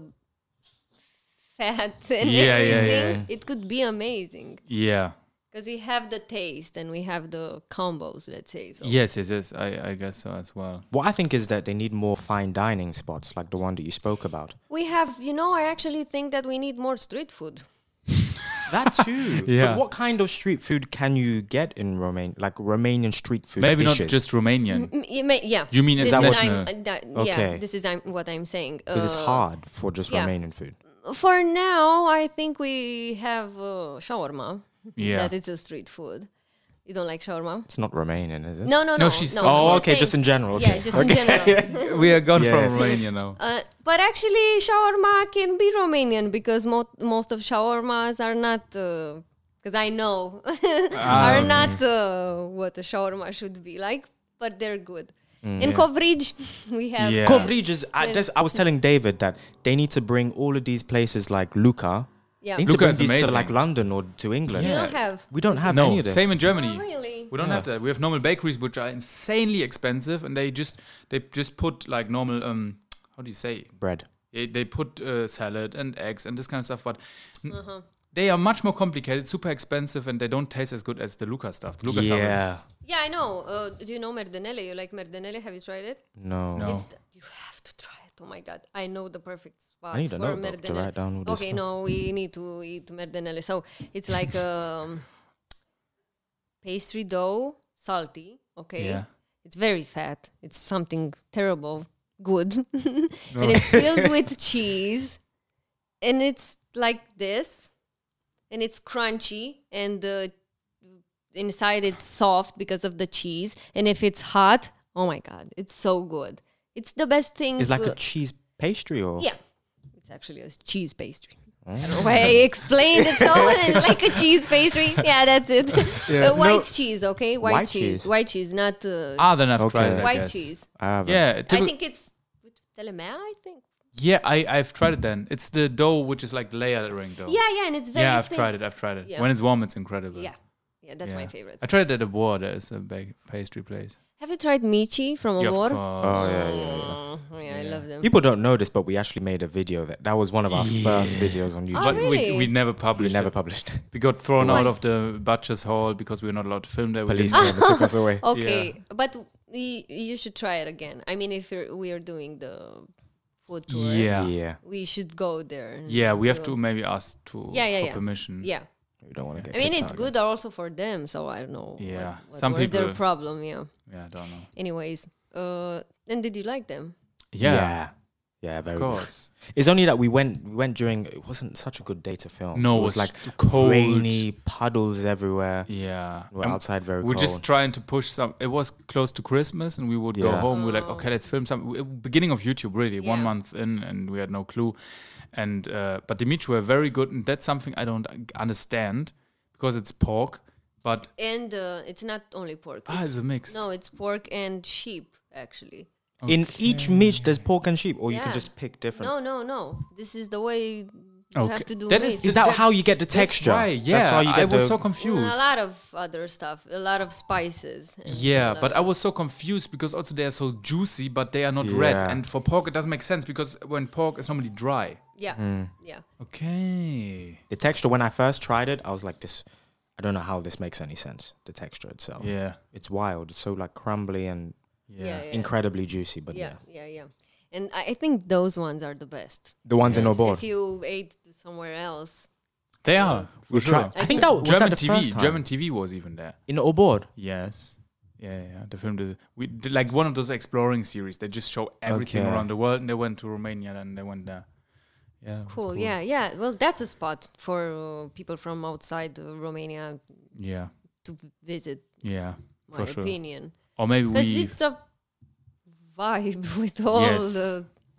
[SPEAKER 2] fat and
[SPEAKER 1] Yeah, yeah,
[SPEAKER 2] everything,
[SPEAKER 1] yeah.
[SPEAKER 2] it could be amazing.
[SPEAKER 1] yeah.
[SPEAKER 2] Because we have the taste and we have the combos, let's say. So.
[SPEAKER 1] Yes, yes, yes. I, I guess so as well.
[SPEAKER 3] What I think is that they need more fine dining spots, like the one that you spoke about.
[SPEAKER 2] We have, you know, I actually think that we need more street food.
[SPEAKER 3] That too.
[SPEAKER 1] Yeah.
[SPEAKER 3] But what kind of street food can you get in Romania? Like Romanian street food
[SPEAKER 1] Maybe
[SPEAKER 3] dishes?
[SPEAKER 1] not just Romanian.
[SPEAKER 2] M- y- may- yeah.
[SPEAKER 1] You mean as
[SPEAKER 2] this I'm-
[SPEAKER 1] national?
[SPEAKER 2] uh, that- Yeah,
[SPEAKER 3] Okay.
[SPEAKER 2] this is I'm, what I'm saying.
[SPEAKER 3] because it's
[SPEAKER 2] Uh,
[SPEAKER 3] hard for just
[SPEAKER 2] yeah.
[SPEAKER 3] Romanian food.
[SPEAKER 2] For now, I think we have uh, shawarma.
[SPEAKER 1] Yeah.
[SPEAKER 2] That it's a street food. You don't like shawarma?
[SPEAKER 3] It's not Romanian, is it?
[SPEAKER 2] No, no, no.
[SPEAKER 1] she's-
[SPEAKER 2] no,
[SPEAKER 3] Oh,
[SPEAKER 2] I'm
[SPEAKER 3] okay. Just
[SPEAKER 2] saying-
[SPEAKER 3] in general. Okay.
[SPEAKER 2] Yeah, just in general.
[SPEAKER 1] we are gone
[SPEAKER 3] Yeah.
[SPEAKER 1] from Romania now.
[SPEAKER 2] Uh, but actually, shawarma can be Romanian because mo- most of shawarmas are not, because I know,
[SPEAKER 3] Ah,
[SPEAKER 2] are not uh, what a shawarma should be like, but they're good.
[SPEAKER 3] Mm,
[SPEAKER 2] in coverage, we have.
[SPEAKER 1] Yeah.
[SPEAKER 3] Coverage is. I, just, I was telling David that they need to bring all of these places like Luca.
[SPEAKER 2] Yeah.
[SPEAKER 3] They need
[SPEAKER 1] Lucca
[SPEAKER 3] to bring
[SPEAKER 1] is
[SPEAKER 3] these to
[SPEAKER 1] amazing.
[SPEAKER 3] like London or to England.
[SPEAKER 2] We
[SPEAKER 1] Yeah.
[SPEAKER 2] don't have.
[SPEAKER 3] We don't have any
[SPEAKER 1] No,
[SPEAKER 3] of this.
[SPEAKER 1] same in Germany.
[SPEAKER 2] Really?
[SPEAKER 1] We don't have that. We have normal bakeries which are insanely expensive, and they just they just put like normal um how do you say
[SPEAKER 3] bread.
[SPEAKER 1] they, they put uh, salad and eggs and this kind of stuff, but. n-
[SPEAKER 2] Mm-hmm.
[SPEAKER 1] They are much more complicated, super expensive, and they don't taste as good as the Luca stuff. The Luca
[SPEAKER 3] Yeah.
[SPEAKER 1] stuff
[SPEAKER 2] Yeah, I know. Uh, do you know merdenele? You like merdenele? Have you tried it?
[SPEAKER 3] No.
[SPEAKER 1] No.
[SPEAKER 2] It's th- you have to try it. Oh my god, I know the perfect spot
[SPEAKER 3] need to
[SPEAKER 2] for
[SPEAKER 3] know about- to
[SPEAKER 2] merdenele.
[SPEAKER 3] write down all this
[SPEAKER 2] okay,
[SPEAKER 3] stuff. Mm.
[SPEAKER 2] no, we need to eat merdenele. So it's like um, pastry dough, salty. Okay,
[SPEAKER 1] Yeah.
[SPEAKER 2] it's very fat. It's something terrible. Good, and it's filled with cheese and it's like this, and it's crunchy, and the inside it's soft because of the cheese, and if it's hot, oh my god, it's so good. It's the best thing.
[SPEAKER 3] It's like
[SPEAKER 2] to-
[SPEAKER 3] a cheese pastry or
[SPEAKER 2] yeah, it's actually a cheese pastry. I don't know why I explained it so like a cheese pastry. Yeah, that's it. Uh, white
[SPEAKER 1] No.
[SPEAKER 2] cheese, okay? White,
[SPEAKER 3] White
[SPEAKER 2] cheese.
[SPEAKER 3] cheese.
[SPEAKER 2] White cheese, not uh,
[SPEAKER 1] Ah, then I've
[SPEAKER 3] Okay.
[SPEAKER 1] tried it. I
[SPEAKER 2] white
[SPEAKER 1] guess.
[SPEAKER 2] cheese.
[SPEAKER 3] Ah, but-
[SPEAKER 1] Yeah,
[SPEAKER 2] I
[SPEAKER 1] typi-
[SPEAKER 2] think it's with telemea, I think.
[SPEAKER 1] yeah, I I've tried it. Then it's the dough which is like layering dough.
[SPEAKER 2] Yeah, yeah, and it's very
[SPEAKER 1] Oh. yeah, I've
[SPEAKER 2] thin.
[SPEAKER 1] tried it. I've tried it.
[SPEAKER 2] Yeah.
[SPEAKER 1] When it's warm, it's incredible.
[SPEAKER 2] Yeah. Yeah, that's my
[SPEAKER 1] Yeah.
[SPEAKER 2] favorite.
[SPEAKER 1] I tried it at a war. There's a bake pastry place.
[SPEAKER 2] Have you tried Michi from
[SPEAKER 1] Yeah, of
[SPEAKER 2] Amor?
[SPEAKER 1] course.
[SPEAKER 3] Oh, yeah,
[SPEAKER 2] Oh, yeah, I love them.
[SPEAKER 3] People don't know this, but we actually made a video that that was one of our first videos on YouTube.
[SPEAKER 1] But
[SPEAKER 2] Oh, really?
[SPEAKER 1] we, we never
[SPEAKER 3] We
[SPEAKER 1] published.
[SPEAKER 3] never
[SPEAKER 1] it.
[SPEAKER 3] published.
[SPEAKER 1] We got thrown out
[SPEAKER 2] What?
[SPEAKER 1] of the butcher's hall because we were not allowed to film there. We
[SPEAKER 3] Police
[SPEAKER 1] didn't-
[SPEAKER 3] came and took us
[SPEAKER 2] Oh.
[SPEAKER 3] away.
[SPEAKER 2] Okay, but y- you should try it again. I mean, if you're, we are doing the food tour,
[SPEAKER 1] Yeah. yeah,
[SPEAKER 3] Yeah,
[SPEAKER 2] we should go there. and
[SPEAKER 1] We have
[SPEAKER 2] do-
[SPEAKER 1] to maybe ask to
[SPEAKER 2] Yeah, yeah,
[SPEAKER 1] for
[SPEAKER 2] yeah.
[SPEAKER 1] permission.
[SPEAKER 2] Yeah,
[SPEAKER 3] we don't want to
[SPEAKER 2] I
[SPEAKER 3] get.
[SPEAKER 2] mean,
[SPEAKER 3] kicked
[SPEAKER 2] it's
[SPEAKER 3] out.
[SPEAKER 2] good also for them. So I don't know.
[SPEAKER 1] Yeah.
[SPEAKER 2] what, what
[SPEAKER 1] Some
[SPEAKER 2] were their
[SPEAKER 1] people-
[SPEAKER 2] problem. Yeah.
[SPEAKER 1] yeah, I don't know.
[SPEAKER 2] Anyways, uh, and did you like them?
[SPEAKER 1] Yeah,
[SPEAKER 3] yeah, Yeah, very
[SPEAKER 1] of
[SPEAKER 3] good.
[SPEAKER 1] course.
[SPEAKER 3] It's only that we went we went during it wasn't such a good day to film.
[SPEAKER 1] No,
[SPEAKER 3] it was
[SPEAKER 1] it's
[SPEAKER 3] like
[SPEAKER 1] cold.
[SPEAKER 3] rainy puddles everywhere.
[SPEAKER 1] Yeah,
[SPEAKER 3] We're
[SPEAKER 1] And
[SPEAKER 3] outside very
[SPEAKER 1] we're
[SPEAKER 3] cold.
[SPEAKER 1] just trying to push some. It was close to Christmas, and we would go
[SPEAKER 3] Yeah.
[SPEAKER 1] home. We're like, okay, let's film some. we- Beginning of YouTube, really, one
[SPEAKER 2] Oh. Yeah.
[SPEAKER 1] month in, and we had no clue. And uh, but Dimitri were very good, and that's something I don't uh, understand because it's pork, but
[SPEAKER 2] And uh, it's not only pork.
[SPEAKER 1] ah, it's a mix.
[SPEAKER 2] no, it's pork and sheep actually.
[SPEAKER 3] in each meat there's pork and sheep, or you can
[SPEAKER 2] Yeah.
[SPEAKER 3] just pick different.
[SPEAKER 2] No, no, no. This is the way you
[SPEAKER 1] Okay.
[SPEAKER 2] have to do
[SPEAKER 1] That
[SPEAKER 2] meat.
[SPEAKER 1] is-
[SPEAKER 3] Is that
[SPEAKER 1] That-
[SPEAKER 3] how you get the texture?
[SPEAKER 1] Why? Yeah,
[SPEAKER 3] That's why you
[SPEAKER 1] I
[SPEAKER 3] get
[SPEAKER 1] was
[SPEAKER 3] the
[SPEAKER 1] so
[SPEAKER 2] And
[SPEAKER 1] confused.
[SPEAKER 2] a lot of other stuff, a lot of spices. and a
[SPEAKER 1] Yeah,
[SPEAKER 2] lot
[SPEAKER 1] but
[SPEAKER 2] of-
[SPEAKER 1] I was so confused because also they are so juicy, but they are not red.
[SPEAKER 3] Yeah.
[SPEAKER 1] And for pork, it doesn't make sense because when pork is normally dry.
[SPEAKER 2] yeah,
[SPEAKER 1] Mm.
[SPEAKER 2] yeah.
[SPEAKER 1] Okay.
[SPEAKER 3] the texture. When I first tried it, I was like, this. I don't know how this makes any sense. The texture itself.
[SPEAKER 1] Yeah.
[SPEAKER 3] It's wild. It's so like crumbly and
[SPEAKER 1] Yeah.
[SPEAKER 2] Yeah, yeah.
[SPEAKER 3] incredibly juicy. But yeah,
[SPEAKER 2] Yeah, yeah, yeah. And I I think those ones are the best.
[SPEAKER 3] the ones in
[SPEAKER 2] Because
[SPEAKER 3] Obor.
[SPEAKER 2] If you ate somewhere else,
[SPEAKER 1] They are. For
[SPEAKER 3] We
[SPEAKER 1] sure.
[SPEAKER 3] tried. I think that was
[SPEAKER 1] German
[SPEAKER 3] that the
[SPEAKER 1] TV.
[SPEAKER 3] first time?
[SPEAKER 1] German TV was even there.
[SPEAKER 3] in Obor.
[SPEAKER 1] Yes. Yeah, yeah. The film, did, we did like one of those exploring series. They just show everything
[SPEAKER 3] Okay.
[SPEAKER 1] around the world, and they went to Romania and they went there. Yeah. it was
[SPEAKER 2] cool, Yeah, yeah. Well, that's a spot for uh, people from outside uh, Romania
[SPEAKER 1] Yeah.
[SPEAKER 2] to visit.
[SPEAKER 1] Yeah.
[SPEAKER 2] My
[SPEAKER 1] For sure.
[SPEAKER 2] opinion,
[SPEAKER 1] Or maybe
[SPEAKER 2] because
[SPEAKER 1] we.
[SPEAKER 2] it's a vibe with all
[SPEAKER 1] Yes.
[SPEAKER 2] the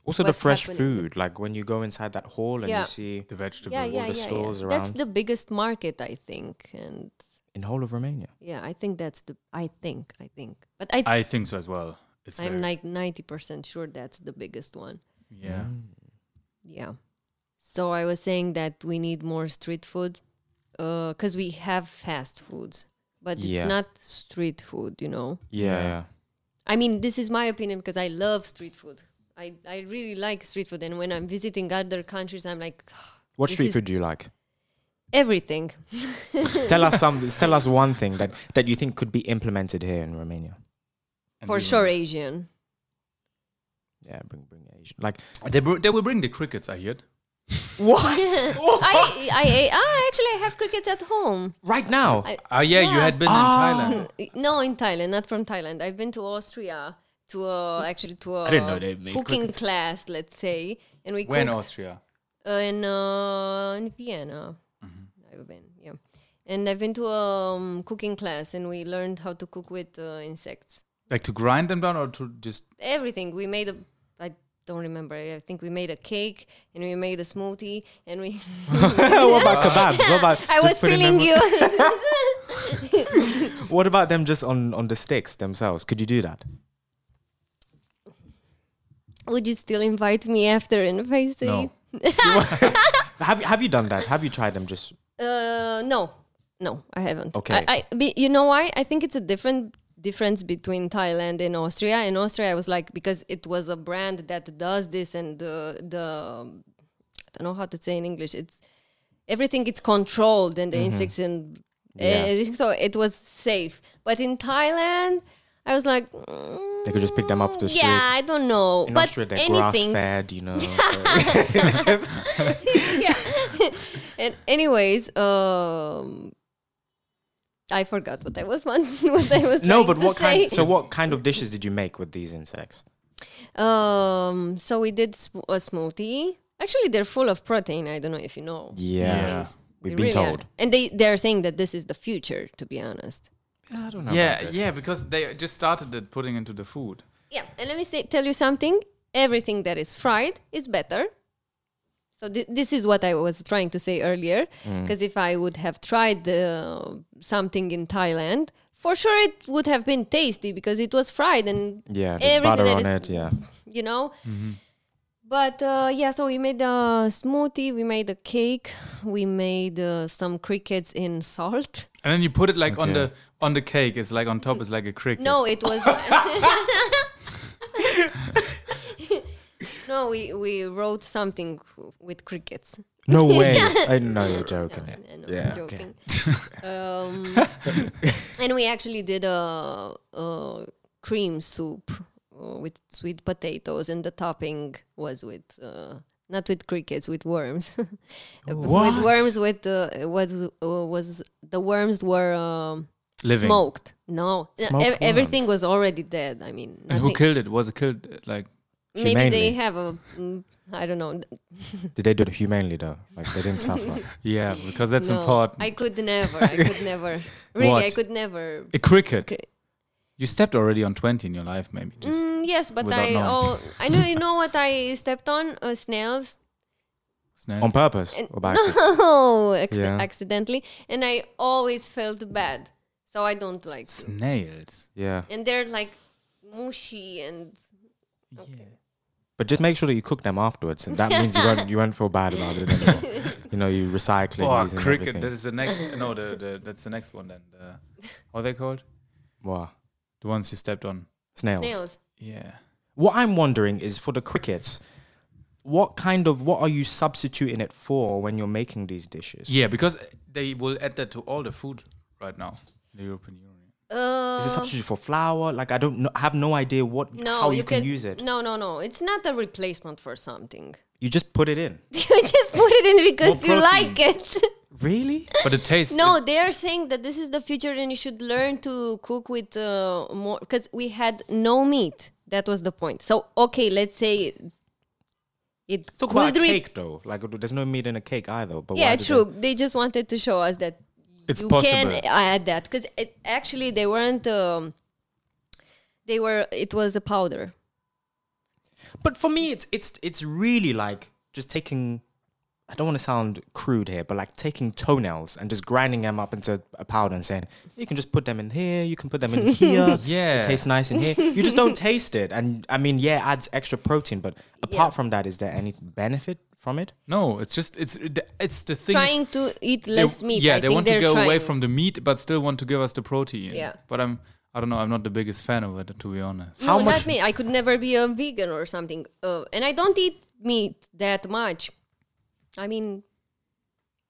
[SPEAKER 3] Also, the
[SPEAKER 2] What's
[SPEAKER 3] fresh
[SPEAKER 2] happening?
[SPEAKER 3] food, like when you go inside that hall and
[SPEAKER 2] Yeah.
[SPEAKER 3] you see
[SPEAKER 1] The vegetables.
[SPEAKER 2] yeah, yeah,
[SPEAKER 3] the
[SPEAKER 2] yeah,
[SPEAKER 3] stores
[SPEAKER 2] yeah. That's
[SPEAKER 3] around.
[SPEAKER 2] the biggest market, I think, and
[SPEAKER 3] in the whole of Romania.
[SPEAKER 2] yeah, I think that's the. I think, I think, but I,
[SPEAKER 1] I think so as well. It's
[SPEAKER 2] I'm
[SPEAKER 1] very-
[SPEAKER 2] like ninety percent sure that's the biggest one.
[SPEAKER 1] Yeah.
[SPEAKER 3] Hmm? Mm.
[SPEAKER 2] Yeah. So I was saying that we need more street food because we have fast foods, but
[SPEAKER 3] Yeah.
[SPEAKER 2] it's not street food, you know?
[SPEAKER 1] Yeah.
[SPEAKER 3] Yeah,
[SPEAKER 2] I mean, this is my opinion because I love street food. I, I really like street food. And when I'm visiting other countries, I'm like,
[SPEAKER 3] What
[SPEAKER 2] This
[SPEAKER 3] street
[SPEAKER 2] is-
[SPEAKER 3] food do you like?
[SPEAKER 2] everything.
[SPEAKER 3] tell us some. Tell us one thing that that you think could be implemented here in Romania.
[SPEAKER 1] And
[SPEAKER 2] For
[SPEAKER 1] we
[SPEAKER 2] sure, Asian.
[SPEAKER 3] Yeah, bring bring Asian. Like
[SPEAKER 1] will- They, br- they will bring the crickets, I heard.
[SPEAKER 3] what?
[SPEAKER 2] I, I, I, ah, actually, I have crickets at home.
[SPEAKER 3] right now?
[SPEAKER 2] I-
[SPEAKER 1] Oh, yeah, you
[SPEAKER 2] Yeah.
[SPEAKER 1] had been
[SPEAKER 3] Ah.
[SPEAKER 1] in Thailand.
[SPEAKER 2] No, in Thailand, not from Thailand. I've been to Austria to a, actually to a
[SPEAKER 3] didn't know they made
[SPEAKER 2] cooking
[SPEAKER 3] crickets.
[SPEAKER 2] class, let's say. And we
[SPEAKER 1] Where in
[SPEAKER 2] cooked-
[SPEAKER 1] Austria?
[SPEAKER 2] uh, in uh, in Vienna.
[SPEAKER 3] Mm-hmm.
[SPEAKER 2] I've been, yeah, and I've been to a um, cooking class, and we learned how to cook with uh, insects.
[SPEAKER 1] Like to grind them down or to just.
[SPEAKER 2] Everything we made a, I don't remember. I think we made a cake, and we made a smoothie, and we.
[SPEAKER 3] what about kebabs? What about
[SPEAKER 2] I was
[SPEAKER 3] just putting
[SPEAKER 2] feeling
[SPEAKER 3] them,
[SPEAKER 2] you.
[SPEAKER 3] What about them just on on the sticks themselves? Could you do that?
[SPEAKER 2] Would you still invite me after and if I say
[SPEAKER 1] No.
[SPEAKER 3] Have you have you done that? Have you tried them just?
[SPEAKER 2] Uh, no, no, I haven't.
[SPEAKER 3] Okay.
[SPEAKER 2] I, I be, you know why? I think it's a different difference between Thailand and Austria. In Austria, I was like because it was a brand that does this, and the the I don't know how to say in English. It's everything. It's controlled, and the
[SPEAKER 3] Mm-hmm.
[SPEAKER 2] insects and everything. So it was safe. But in Thailand. I was like, mm,
[SPEAKER 3] They could just pick them up off the street.
[SPEAKER 2] yeah, I don't know.
[SPEAKER 3] In
[SPEAKER 2] but
[SPEAKER 3] Austria, they're grass
[SPEAKER 2] anything,
[SPEAKER 3] fed, you know.
[SPEAKER 2] yeah. and anyways, um, I forgot what I was once what I was
[SPEAKER 3] no,
[SPEAKER 2] trying
[SPEAKER 3] but
[SPEAKER 2] to
[SPEAKER 3] what kind?
[SPEAKER 2] say.
[SPEAKER 3] So, what kind of dishes did you make with these insects?
[SPEAKER 2] um, so we did sm- a smoothie. Actually, they're full of protein. I don't know if you know.
[SPEAKER 3] Yeah.
[SPEAKER 1] Yeah.
[SPEAKER 3] We've
[SPEAKER 2] They
[SPEAKER 3] been
[SPEAKER 2] really are.
[SPEAKER 3] told.
[SPEAKER 2] And they they're saying that this is the future. To be honest.
[SPEAKER 3] I don't know.
[SPEAKER 1] yeah,
[SPEAKER 3] about this.
[SPEAKER 1] yeah, because they just started it putting into the food.
[SPEAKER 2] Yeah, and let me say, tell you something. Everything that is fried is better. So thi- this is what I was trying to say earlier. Because if I would have tried uh, something in Thailand, for sure it would have been tasty because it was fried and
[SPEAKER 3] Yeah, there's
[SPEAKER 2] everything
[SPEAKER 3] butter
[SPEAKER 2] that
[SPEAKER 3] on
[SPEAKER 2] is-
[SPEAKER 3] it. Yeah.
[SPEAKER 2] you know. But uh, yeah, so we made a smoothie, we made a cake, we made uh, some crickets in salt.
[SPEAKER 1] And then you put it like on
[SPEAKER 3] Okay.
[SPEAKER 1] the on the cake. It's like on top is like a cricket.
[SPEAKER 2] No, it was. no, we we wrote something with crickets.
[SPEAKER 3] No way. I know you're joking.
[SPEAKER 2] And I'm
[SPEAKER 3] yeah.
[SPEAKER 2] joking. um, and we actually did a, a cream soup uh, with sweet potatoes, and the topping was with uh, not with crickets, with worms.
[SPEAKER 1] What?
[SPEAKER 2] With worms, with uh, was uh, was the worms were um,
[SPEAKER 1] Living.
[SPEAKER 2] smoked. No, No,
[SPEAKER 3] Smoked
[SPEAKER 2] ev- everything
[SPEAKER 3] worms.
[SPEAKER 2] was already dead. I mean,
[SPEAKER 1] And who
[SPEAKER 2] nothing-
[SPEAKER 1] killed it? Was it killed uh, like?
[SPEAKER 2] Maybe
[SPEAKER 3] Humanely.
[SPEAKER 2] they have a. mm, I don't know.
[SPEAKER 3] Did they do it humanely though? Like they didn't suffer.
[SPEAKER 1] Yeah, because that's
[SPEAKER 2] no,
[SPEAKER 1] important.
[SPEAKER 2] I could never. I could never. Really, I
[SPEAKER 1] What?
[SPEAKER 2] could never
[SPEAKER 1] a cricket.
[SPEAKER 2] Cri-
[SPEAKER 1] You stepped already on twenty in your life, maybe. Just
[SPEAKER 2] Mm, yes, but
[SPEAKER 1] without
[SPEAKER 2] I
[SPEAKER 1] knowing.
[SPEAKER 2] oh, I know you know what I stepped on uh, snails.
[SPEAKER 1] snail.
[SPEAKER 3] on purpose or by accident?
[SPEAKER 2] Oh, acc-
[SPEAKER 3] Yeah.
[SPEAKER 2] accidentally, and I always felt bad, so I don't like. to.
[SPEAKER 1] snails.
[SPEAKER 3] Yeah.
[SPEAKER 2] And they're like mushy and
[SPEAKER 1] Yeah.
[SPEAKER 3] But just make sure that you cook them afterwards, and that means you won't you won't feel bad about it anymore. you know, you recycle it.
[SPEAKER 1] Oh,
[SPEAKER 3] using
[SPEAKER 1] cricket. That
[SPEAKER 3] Everything.
[SPEAKER 1] is the next. No, the, the that's the next one. Then the, what are they called?
[SPEAKER 3] Wow.
[SPEAKER 1] The ones you stepped on.
[SPEAKER 3] Snails.
[SPEAKER 2] snails.
[SPEAKER 1] Yeah.
[SPEAKER 3] What I'm wondering is for the crickets, what kind of what are you substituting it for when you're making these dishes?
[SPEAKER 1] Yeah, because they will add that to all the food right now. The European Union.
[SPEAKER 2] Uh,
[SPEAKER 3] Is it substitute for flour? Like I don't know, I have no idea what
[SPEAKER 2] no,
[SPEAKER 3] how
[SPEAKER 2] you,
[SPEAKER 3] you, can, use it.
[SPEAKER 2] No, no, no. It's not a replacement for something.
[SPEAKER 3] You just put it in.
[SPEAKER 2] you just put it in because
[SPEAKER 1] More
[SPEAKER 2] you
[SPEAKER 1] protein.
[SPEAKER 2] like it.
[SPEAKER 3] Really?
[SPEAKER 1] But it tastes.
[SPEAKER 2] No, they are saying that this is the future, and you should learn to cook with uh, more because we had no meat. That was the point. So okay, let's say it
[SPEAKER 3] Talk
[SPEAKER 2] could
[SPEAKER 3] about a
[SPEAKER 2] re-
[SPEAKER 3] cake though. Like there's no meat in a cake either. But why
[SPEAKER 2] Yeah,
[SPEAKER 3] do
[SPEAKER 2] true. They just wanted to show us that
[SPEAKER 1] It's
[SPEAKER 2] you
[SPEAKER 1] possible.
[SPEAKER 2] can add that because actually they weren't. Um, they were. It was a powder.
[SPEAKER 3] They, but for me, it's it's it's really like just taking. I don't want to sound crude here, but like taking toenails and just grinding them up into a powder and saying you can just put them in here, you can put them in here.
[SPEAKER 1] Yeah.
[SPEAKER 3] it tastes nice in here. You just don't taste it, and I mean, yeah, it adds extra protein, but apart from that, is there any benefit from it?
[SPEAKER 1] no, it's just it's it's the thing. is-
[SPEAKER 2] Trying to eat
[SPEAKER 1] they-
[SPEAKER 2] less meat.
[SPEAKER 1] Yeah,
[SPEAKER 2] I
[SPEAKER 1] they
[SPEAKER 2] think
[SPEAKER 1] want to
[SPEAKER 2] they're
[SPEAKER 1] go away
[SPEAKER 2] trying.
[SPEAKER 1] from the meat, but still want to give us the protein.
[SPEAKER 2] Yeah.
[SPEAKER 1] But I'm I don't know. I'm not the biggest fan of it, to be honest.
[SPEAKER 3] How
[SPEAKER 2] no,
[SPEAKER 3] much-
[SPEAKER 2] not me. I could never be a vegan or something. Uh, and I don't eat meat that much. I mean,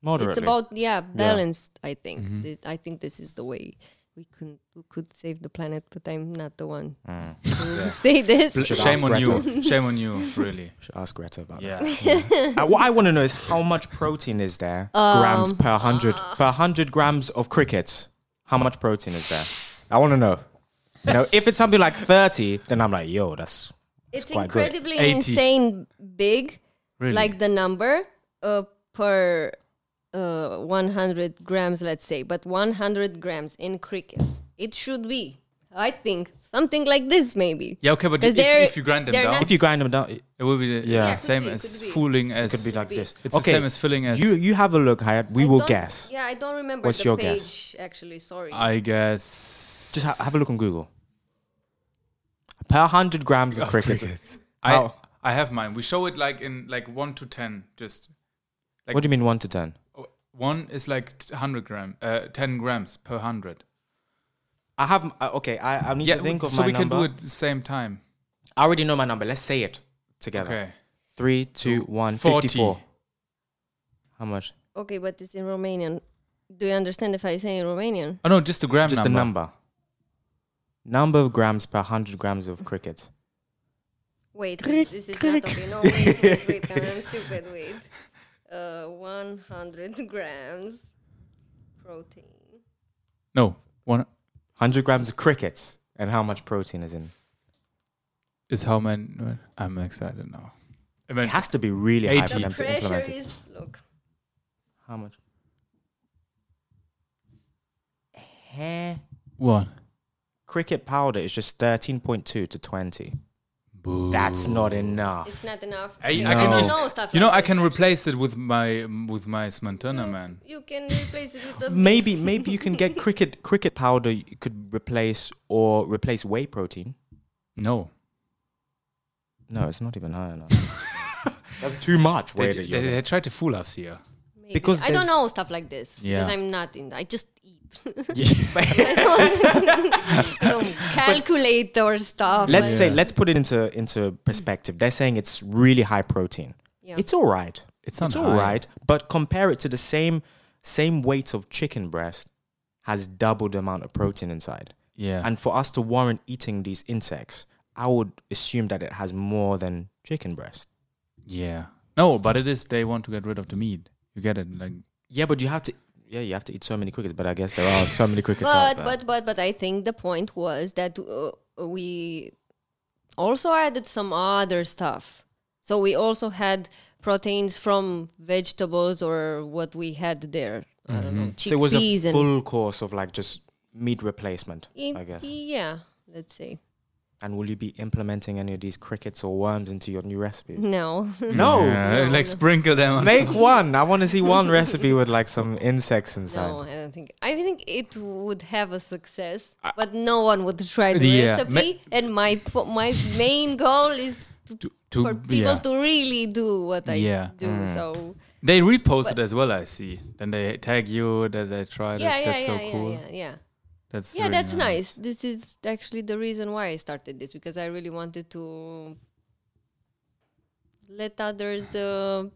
[SPEAKER 3] Moderately.
[SPEAKER 2] it's about yeah balanced. I think.
[SPEAKER 3] Mm-hmm.
[SPEAKER 2] Th- I think this is the way we can we could save the planet. But I'm not the one
[SPEAKER 3] Mm.
[SPEAKER 2] to say this.
[SPEAKER 1] Bl-
[SPEAKER 3] Should
[SPEAKER 1] Shame
[SPEAKER 3] ask
[SPEAKER 1] on
[SPEAKER 3] Greta.
[SPEAKER 1] you. Shame on you. Really.
[SPEAKER 3] Should ask Greta about
[SPEAKER 1] Yeah.
[SPEAKER 3] that. Uh, what I want to know is how much protein is there
[SPEAKER 2] Um,
[SPEAKER 3] grams per hundred
[SPEAKER 2] uh.
[SPEAKER 3] per hundred grams of crickets? How much protein is there? I want to know. You know, if it's something like thirty, then I'm like, yo, that's
[SPEAKER 2] it's
[SPEAKER 3] quite good.
[SPEAKER 2] incredibly
[SPEAKER 1] 80.
[SPEAKER 2] insane big,
[SPEAKER 1] Really.
[SPEAKER 2] like the number uh, per uh, 100 grams, let's say. But 100 grams in crickets, it should be. I think something like this, maybe.
[SPEAKER 1] yeah. Okay, but
[SPEAKER 2] 'Cause
[SPEAKER 1] if,
[SPEAKER 2] they're-
[SPEAKER 1] if you grind them
[SPEAKER 2] they're
[SPEAKER 1] down,
[SPEAKER 2] not-
[SPEAKER 3] if you grind them down, it
[SPEAKER 1] it will be the
[SPEAKER 3] Yeah,
[SPEAKER 1] yeah,
[SPEAKER 3] could
[SPEAKER 1] same
[SPEAKER 2] be,
[SPEAKER 1] as
[SPEAKER 2] could be.
[SPEAKER 1] fooling as
[SPEAKER 3] could be like this.
[SPEAKER 1] It's the same as filling as
[SPEAKER 3] you. You have a look, Hayat. We
[SPEAKER 2] I
[SPEAKER 3] will
[SPEAKER 2] don't-
[SPEAKER 3] guess.
[SPEAKER 2] Yeah, I don't remember
[SPEAKER 3] What's
[SPEAKER 2] the
[SPEAKER 3] your
[SPEAKER 2] page
[SPEAKER 3] guess?
[SPEAKER 2] actually. Sorry.
[SPEAKER 1] I guess.
[SPEAKER 3] Just ha- have a look on Google. Per hundred grams of crickets.
[SPEAKER 1] I
[SPEAKER 3] How?
[SPEAKER 1] I have mine. We show it like in like one to ten. Just Like-
[SPEAKER 3] What do you mean one to ten?
[SPEAKER 1] oh, one is like t- hundred gram, uh, ten grams per hundred.
[SPEAKER 3] I have uh, okay. I, I need
[SPEAKER 1] Yeah,
[SPEAKER 3] to think of
[SPEAKER 1] so
[SPEAKER 3] my
[SPEAKER 1] we
[SPEAKER 3] number.
[SPEAKER 1] can do it at the same time.
[SPEAKER 3] I already know my number. Let's say it together.
[SPEAKER 1] Okay.
[SPEAKER 3] Three, two, one.
[SPEAKER 1] 40.
[SPEAKER 3] Fifty-four. How much?
[SPEAKER 2] okay, but it's in Romanian. Do you understand if I say in Romanian?
[SPEAKER 1] Oh no, just the gram
[SPEAKER 3] Just
[SPEAKER 1] number.
[SPEAKER 3] the number. Number of grams per hundred grams of cricket.
[SPEAKER 2] Wait, this is not okay. No, wait, wait, wait. I'm stupid. Wait. Uh, 100 grams protein.
[SPEAKER 1] No, one
[SPEAKER 3] Hundred grams of crickets. And how much protein is in?
[SPEAKER 1] is how many. I'm excited now.
[SPEAKER 3] It
[SPEAKER 1] immense.
[SPEAKER 3] has to be really high for
[SPEAKER 1] 80.
[SPEAKER 3] them
[SPEAKER 2] The
[SPEAKER 3] to
[SPEAKER 2] pressure
[SPEAKER 3] implement it.
[SPEAKER 2] is look.
[SPEAKER 3] How much? Hair
[SPEAKER 1] What?
[SPEAKER 3] cricket powder is just thirteen point two to twenty.
[SPEAKER 1] Boo.
[SPEAKER 3] That's not enough.
[SPEAKER 2] It's not enough.
[SPEAKER 1] I-
[SPEAKER 2] You-
[SPEAKER 1] I
[SPEAKER 2] I
[SPEAKER 1] can
[SPEAKER 2] don't
[SPEAKER 1] just-
[SPEAKER 2] know stuff.
[SPEAKER 1] You know,
[SPEAKER 2] like
[SPEAKER 1] I
[SPEAKER 2] this.
[SPEAKER 1] can replace it with my with my Smantana man.
[SPEAKER 2] You can replace it with a
[SPEAKER 3] Maybe maybe you can get cricket cricket powder you could replace or replace whey protein.
[SPEAKER 1] No,
[SPEAKER 3] No, it's not even high enough. That's too much
[SPEAKER 1] they,
[SPEAKER 3] whey.
[SPEAKER 1] they,
[SPEAKER 3] that you're-
[SPEAKER 1] they tried to fool us here.
[SPEAKER 2] Maybe.
[SPEAKER 3] Because
[SPEAKER 2] I don't
[SPEAKER 3] there's-
[SPEAKER 2] know stuff like this because
[SPEAKER 1] Yeah.
[SPEAKER 2] I'm not in. I just eat.
[SPEAKER 3] Yeah.
[SPEAKER 2] don't calculate or stuff.
[SPEAKER 3] let's
[SPEAKER 2] like-
[SPEAKER 3] say
[SPEAKER 1] Yeah.
[SPEAKER 3] let's put it into into perspective. They're saying it's really high protein.
[SPEAKER 2] Yeah.
[SPEAKER 3] It's all right.
[SPEAKER 1] It's not
[SPEAKER 3] it's
[SPEAKER 1] high.
[SPEAKER 3] all right, but compare it to the same same weight of chicken breast has double the amount of protein inside.
[SPEAKER 1] Yeah,
[SPEAKER 3] And for us to warrant eating these insects, I would assume that it has more than chicken breast.
[SPEAKER 1] yeah. No, but it is. They want to get rid of the meat. You get it? Like
[SPEAKER 3] Yeah, but you have to yeah, you have to eat so many crickets, but I guess there are so many crickets
[SPEAKER 2] but
[SPEAKER 3] out there.
[SPEAKER 2] but but but I think the point was that uh, we also added some other stuff. So we also had proteins from vegetables or what we had there. I don't know. Chickpeas
[SPEAKER 3] Mm-hmm. so it was a
[SPEAKER 2] and
[SPEAKER 3] full course of like just meat replacement,
[SPEAKER 2] Im-
[SPEAKER 3] I guess.
[SPEAKER 2] yeah, let's say
[SPEAKER 3] And will you be implementing any of these crickets or worms into your new recipes?
[SPEAKER 2] no.
[SPEAKER 3] No.
[SPEAKER 1] Yeah, like sprinkle them. on-
[SPEAKER 3] Make one. I want to see one recipe with like some insects inside.
[SPEAKER 2] No, I don't think. I think it would have a success, but no one would try the
[SPEAKER 1] Yeah, ma-
[SPEAKER 2] recipe. and my po- my main goal is to,
[SPEAKER 1] to, to-
[SPEAKER 2] for people
[SPEAKER 1] yeah.
[SPEAKER 2] to really do what I
[SPEAKER 1] Yeah.
[SPEAKER 2] do.
[SPEAKER 3] Mm.
[SPEAKER 2] So
[SPEAKER 1] They repost it as well. I see. Then they tag you. That they try. that.
[SPEAKER 2] yeah, yeah,
[SPEAKER 1] that's
[SPEAKER 2] yeah,
[SPEAKER 1] so
[SPEAKER 2] yeah,
[SPEAKER 1] cool.
[SPEAKER 2] yeah, yeah,
[SPEAKER 1] That's
[SPEAKER 2] yeah.
[SPEAKER 1] really
[SPEAKER 2] That's nice. This is actually the reason why I started this because I really wanted to let others. Uh,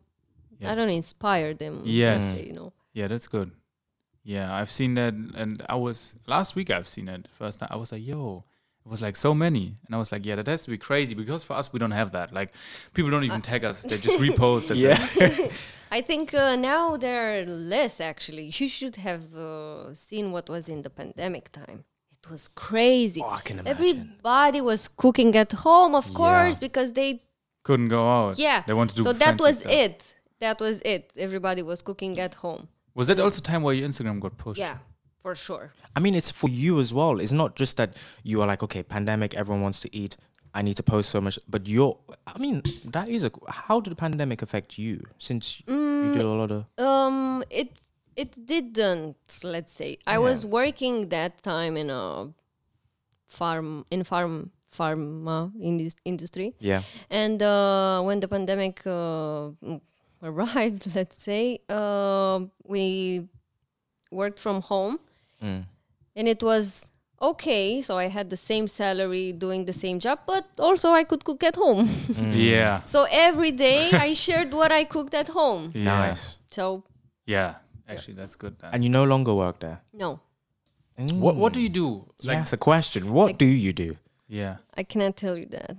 [SPEAKER 1] Yeah.
[SPEAKER 2] I don't know, inspire them. let's
[SPEAKER 1] Yes.
[SPEAKER 2] say, you know.
[SPEAKER 1] Yeah, that's good. Yeah, I've seen that, and I was last week. I've seen it first time. I was like, "Yo," it was like so many, and I was like, "Yeah, that has to be crazy because for us, we don't have that. Like, people don't
[SPEAKER 2] Uh,
[SPEAKER 1] even tag us; they just repost." That's
[SPEAKER 3] Yeah.
[SPEAKER 1] it.
[SPEAKER 2] I think uh, now there are less actually. You should have uh, seen what was in the pandemic time. It was crazy.
[SPEAKER 3] Oh, I can imagine.
[SPEAKER 2] Everybody was cooking at home, of course, because they
[SPEAKER 1] couldn't go out.
[SPEAKER 2] yeah.
[SPEAKER 1] they wanted to.
[SPEAKER 2] so
[SPEAKER 1] do
[SPEAKER 2] that
[SPEAKER 1] fancy
[SPEAKER 2] was
[SPEAKER 1] stuff.
[SPEAKER 2] it. That was it. Everybody was cooking at home.
[SPEAKER 1] Was that also time where your Instagram got pushed?
[SPEAKER 2] Yeah, for sure.
[SPEAKER 3] I mean, it's for you as well. It's not just that you are like, okay, pandemic, everyone wants to eat. I need to post so much, but you're. I mean, that is a. How did the pandemic affect you? Since
[SPEAKER 2] Mm.
[SPEAKER 3] you did a lot of.
[SPEAKER 2] Um, it it didn't. Let's say I was working that time in a farm in farm pharma indus- industry.
[SPEAKER 3] Yeah.
[SPEAKER 2] And uh, when the pandemic uh, mm, arrived, let's say, uh, we worked from home Mm. and it was okay. So I had the same salary doing the same job, but also I could cook at home.
[SPEAKER 1] yeah,
[SPEAKER 2] so every day I shared what I cooked at home.
[SPEAKER 1] yeah.
[SPEAKER 3] Nice.
[SPEAKER 2] So,
[SPEAKER 1] Yeah, actually, that's good. Then.
[SPEAKER 3] And you no longer work there.
[SPEAKER 2] no,
[SPEAKER 1] what What do you do? Like,
[SPEAKER 3] That's a question. What do you do?
[SPEAKER 1] yeah,
[SPEAKER 2] I cannot tell you that.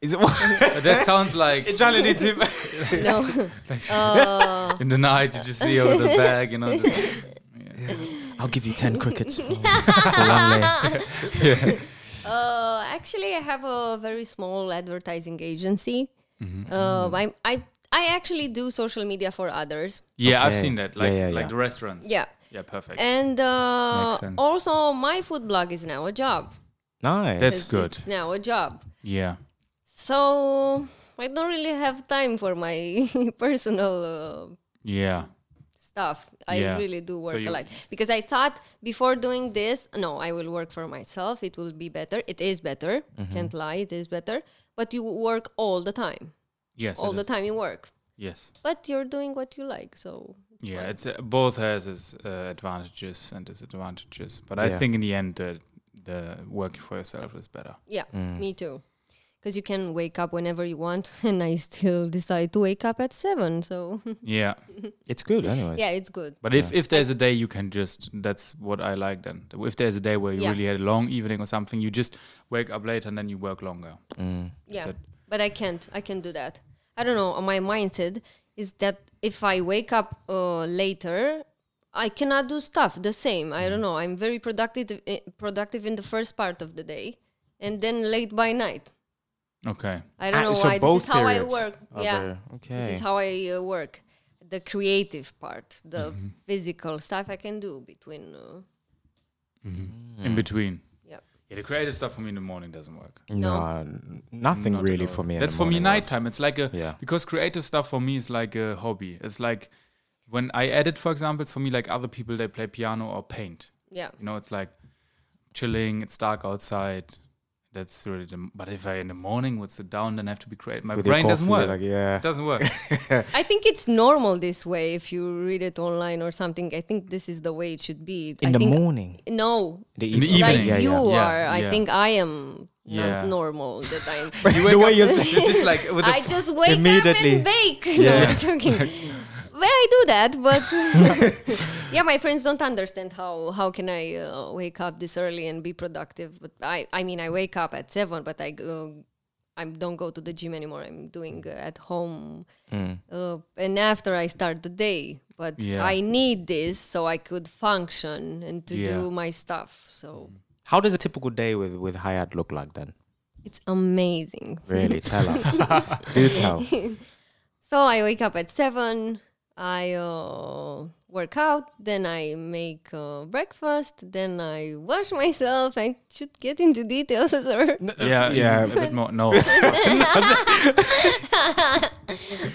[SPEAKER 3] Is it what?
[SPEAKER 1] But that sounds like
[SPEAKER 2] No,
[SPEAKER 1] in the night you just see her with a bag, you know. just-
[SPEAKER 3] I'll give you 10 crickets. for- for one lay.
[SPEAKER 2] uh, actually, I have a very small advertising agency.
[SPEAKER 1] Mm-hmm.
[SPEAKER 2] Uh, I, I, I actually do social media for others.
[SPEAKER 1] yeah, I've
[SPEAKER 3] Okay.
[SPEAKER 1] seen that.
[SPEAKER 3] Yeah,
[SPEAKER 1] Like,
[SPEAKER 3] yeah,
[SPEAKER 1] like
[SPEAKER 3] yeah.
[SPEAKER 1] the restaurants.
[SPEAKER 2] Yeah.
[SPEAKER 1] yeah, perfect.
[SPEAKER 2] And uh,
[SPEAKER 1] Makes sense.
[SPEAKER 2] also, my food blog is now a job.
[SPEAKER 3] nice.
[SPEAKER 1] That's good.
[SPEAKER 2] It's now a job.
[SPEAKER 1] Yeah.
[SPEAKER 2] So I don't really have time for my personal uh,
[SPEAKER 1] Yeah.
[SPEAKER 2] stuff. I
[SPEAKER 1] Yeah.
[SPEAKER 2] really do work
[SPEAKER 1] you-
[SPEAKER 2] a lot because I thought before doing this, no, I will work for myself. It will be better. It is better.
[SPEAKER 1] Mm-hmm.
[SPEAKER 2] Can't lie. It is better. But you work all the time.
[SPEAKER 1] Yes.
[SPEAKER 2] all
[SPEAKER 1] it
[SPEAKER 2] the
[SPEAKER 1] is.
[SPEAKER 2] time you work.
[SPEAKER 1] Yes.
[SPEAKER 2] But you're doing what you like. So
[SPEAKER 1] Yeah. It's uh, both has its uh, advantages and disadvantages, but I
[SPEAKER 3] Yeah.
[SPEAKER 1] think in the end, the the working for yourself is better.
[SPEAKER 2] Yeah,
[SPEAKER 1] Mm.
[SPEAKER 2] me too. Because you can wake up whenever you want, and I still decide to wake up at seven. So
[SPEAKER 1] Yeah.
[SPEAKER 3] It's good, anyway.
[SPEAKER 2] yeah, it's good.
[SPEAKER 1] But if, if there's a day you can just that's what I like then. If there's a day where you
[SPEAKER 2] Yeah.
[SPEAKER 1] really had a long evening or something, you just wake up late and then you work longer.
[SPEAKER 2] Yeah,
[SPEAKER 1] it.
[SPEAKER 2] but I can't. I can't do that. I don't know. My mindset is that if I wake up uh, later, I cannot do stuff the same. I
[SPEAKER 3] Mm.
[SPEAKER 2] don't know. I'm very productive eh, productive in the first part of the day, and then late by night.
[SPEAKER 1] Okay.
[SPEAKER 2] I don't
[SPEAKER 3] Ah,
[SPEAKER 2] know
[SPEAKER 3] so
[SPEAKER 2] why. This
[SPEAKER 3] both
[SPEAKER 2] is how I
[SPEAKER 3] periods
[SPEAKER 2] work.
[SPEAKER 3] are
[SPEAKER 2] yeah.
[SPEAKER 3] there.
[SPEAKER 2] This
[SPEAKER 3] Okay.
[SPEAKER 2] is how I uh, work. The creative part, the
[SPEAKER 3] Mm. Mm-hmm.
[SPEAKER 2] physical stuff I can do between. Uh,
[SPEAKER 3] Mm-hmm.
[SPEAKER 1] In between.
[SPEAKER 2] Mm. Yep.
[SPEAKER 1] Yeah, the creative stuff for me in the morning doesn't work.
[SPEAKER 3] no, n- nothing
[SPEAKER 1] Not at
[SPEAKER 3] really
[SPEAKER 1] all.
[SPEAKER 3] for me. in
[SPEAKER 1] That's
[SPEAKER 3] the
[SPEAKER 1] for me
[SPEAKER 3] morning, right?
[SPEAKER 1] nighttime. It's like a
[SPEAKER 3] Yeah.
[SPEAKER 1] because creative stuff for me is like a hobby. It's like when I edit, for example, it's for me like other people they play piano or paint.
[SPEAKER 2] yeah.
[SPEAKER 1] You know, it's like chilling. It's dark outside. That's really. The, but if I in the morning would sit down, then I have to be creative. My
[SPEAKER 3] With your
[SPEAKER 1] brain doesn't
[SPEAKER 3] coffee,
[SPEAKER 1] work.
[SPEAKER 3] like, yeah.
[SPEAKER 1] It doesn't work.
[SPEAKER 2] I think it's normal this way. If you read it online or something, I think this is the way it should be.
[SPEAKER 3] In
[SPEAKER 2] I
[SPEAKER 3] the
[SPEAKER 2] think,
[SPEAKER 3] morning.
[SPEAKER 2] No,
[SPEAKER 3] The
[SPEAKER 1] In the
[SPEAKER 3] evening.
[SPEAKER 2] like
[SPEAKER 1] Evening.
[SPEAKER 2] you
[SPEAKER 1] yeah. Yeah,
[SPEAKER 2] are. I
[SPEAKER 1] yeah.
[SPEAKER 2] think I am
[SPEAKER 1] Yeah.
[SPEAKER 2] not normal. That I'm.
[SPEAKER 1] You
[SPEAKER 3] the
[SPEAKER 1] wake
[SPEAKER 3] way
[SPEAKER 1] up-
[SPEAKER 3] you're saying.
[SPEAKER 1] just like with the
[SPEAKER 2] I just wake
[SPEAKER 3] Immediately.
[SPEAKER 2] up and bake.
[SPEAKER 1] Yeah.
[SPEAKER 2] No, I'm joking. well, I do that, but yeah, my friends don't understand how how can I uh, wake up this early and be productive. But I, I mean, I wake up at seven, but I go, I don't go to the gym anymore. I'm doing uh, at home, uh, and after I start the day. But
[SPEAKER 1] Mm. Yeah.
[SPEAKER 2] I need this so I could function and to
[SPEAKER 1] Yeah.
[SPEAKER 2] do my stuff. So
[SPEAKER 3] How does a typical day with with Hayat look like then?
[SPEAKER 2] it's amazing.
[SPEAKER 3] Really, tell us. Do tell.
[SPEAKER 2] So I wake up at seven. I uh, work out, then I make uh, breakfast, then I wash myself. I should get into details, or
[SPEAKER 1] yeah,
[SPEAKER 3] Yeah.
[SPEAKER 1] yeah, a bit more. No,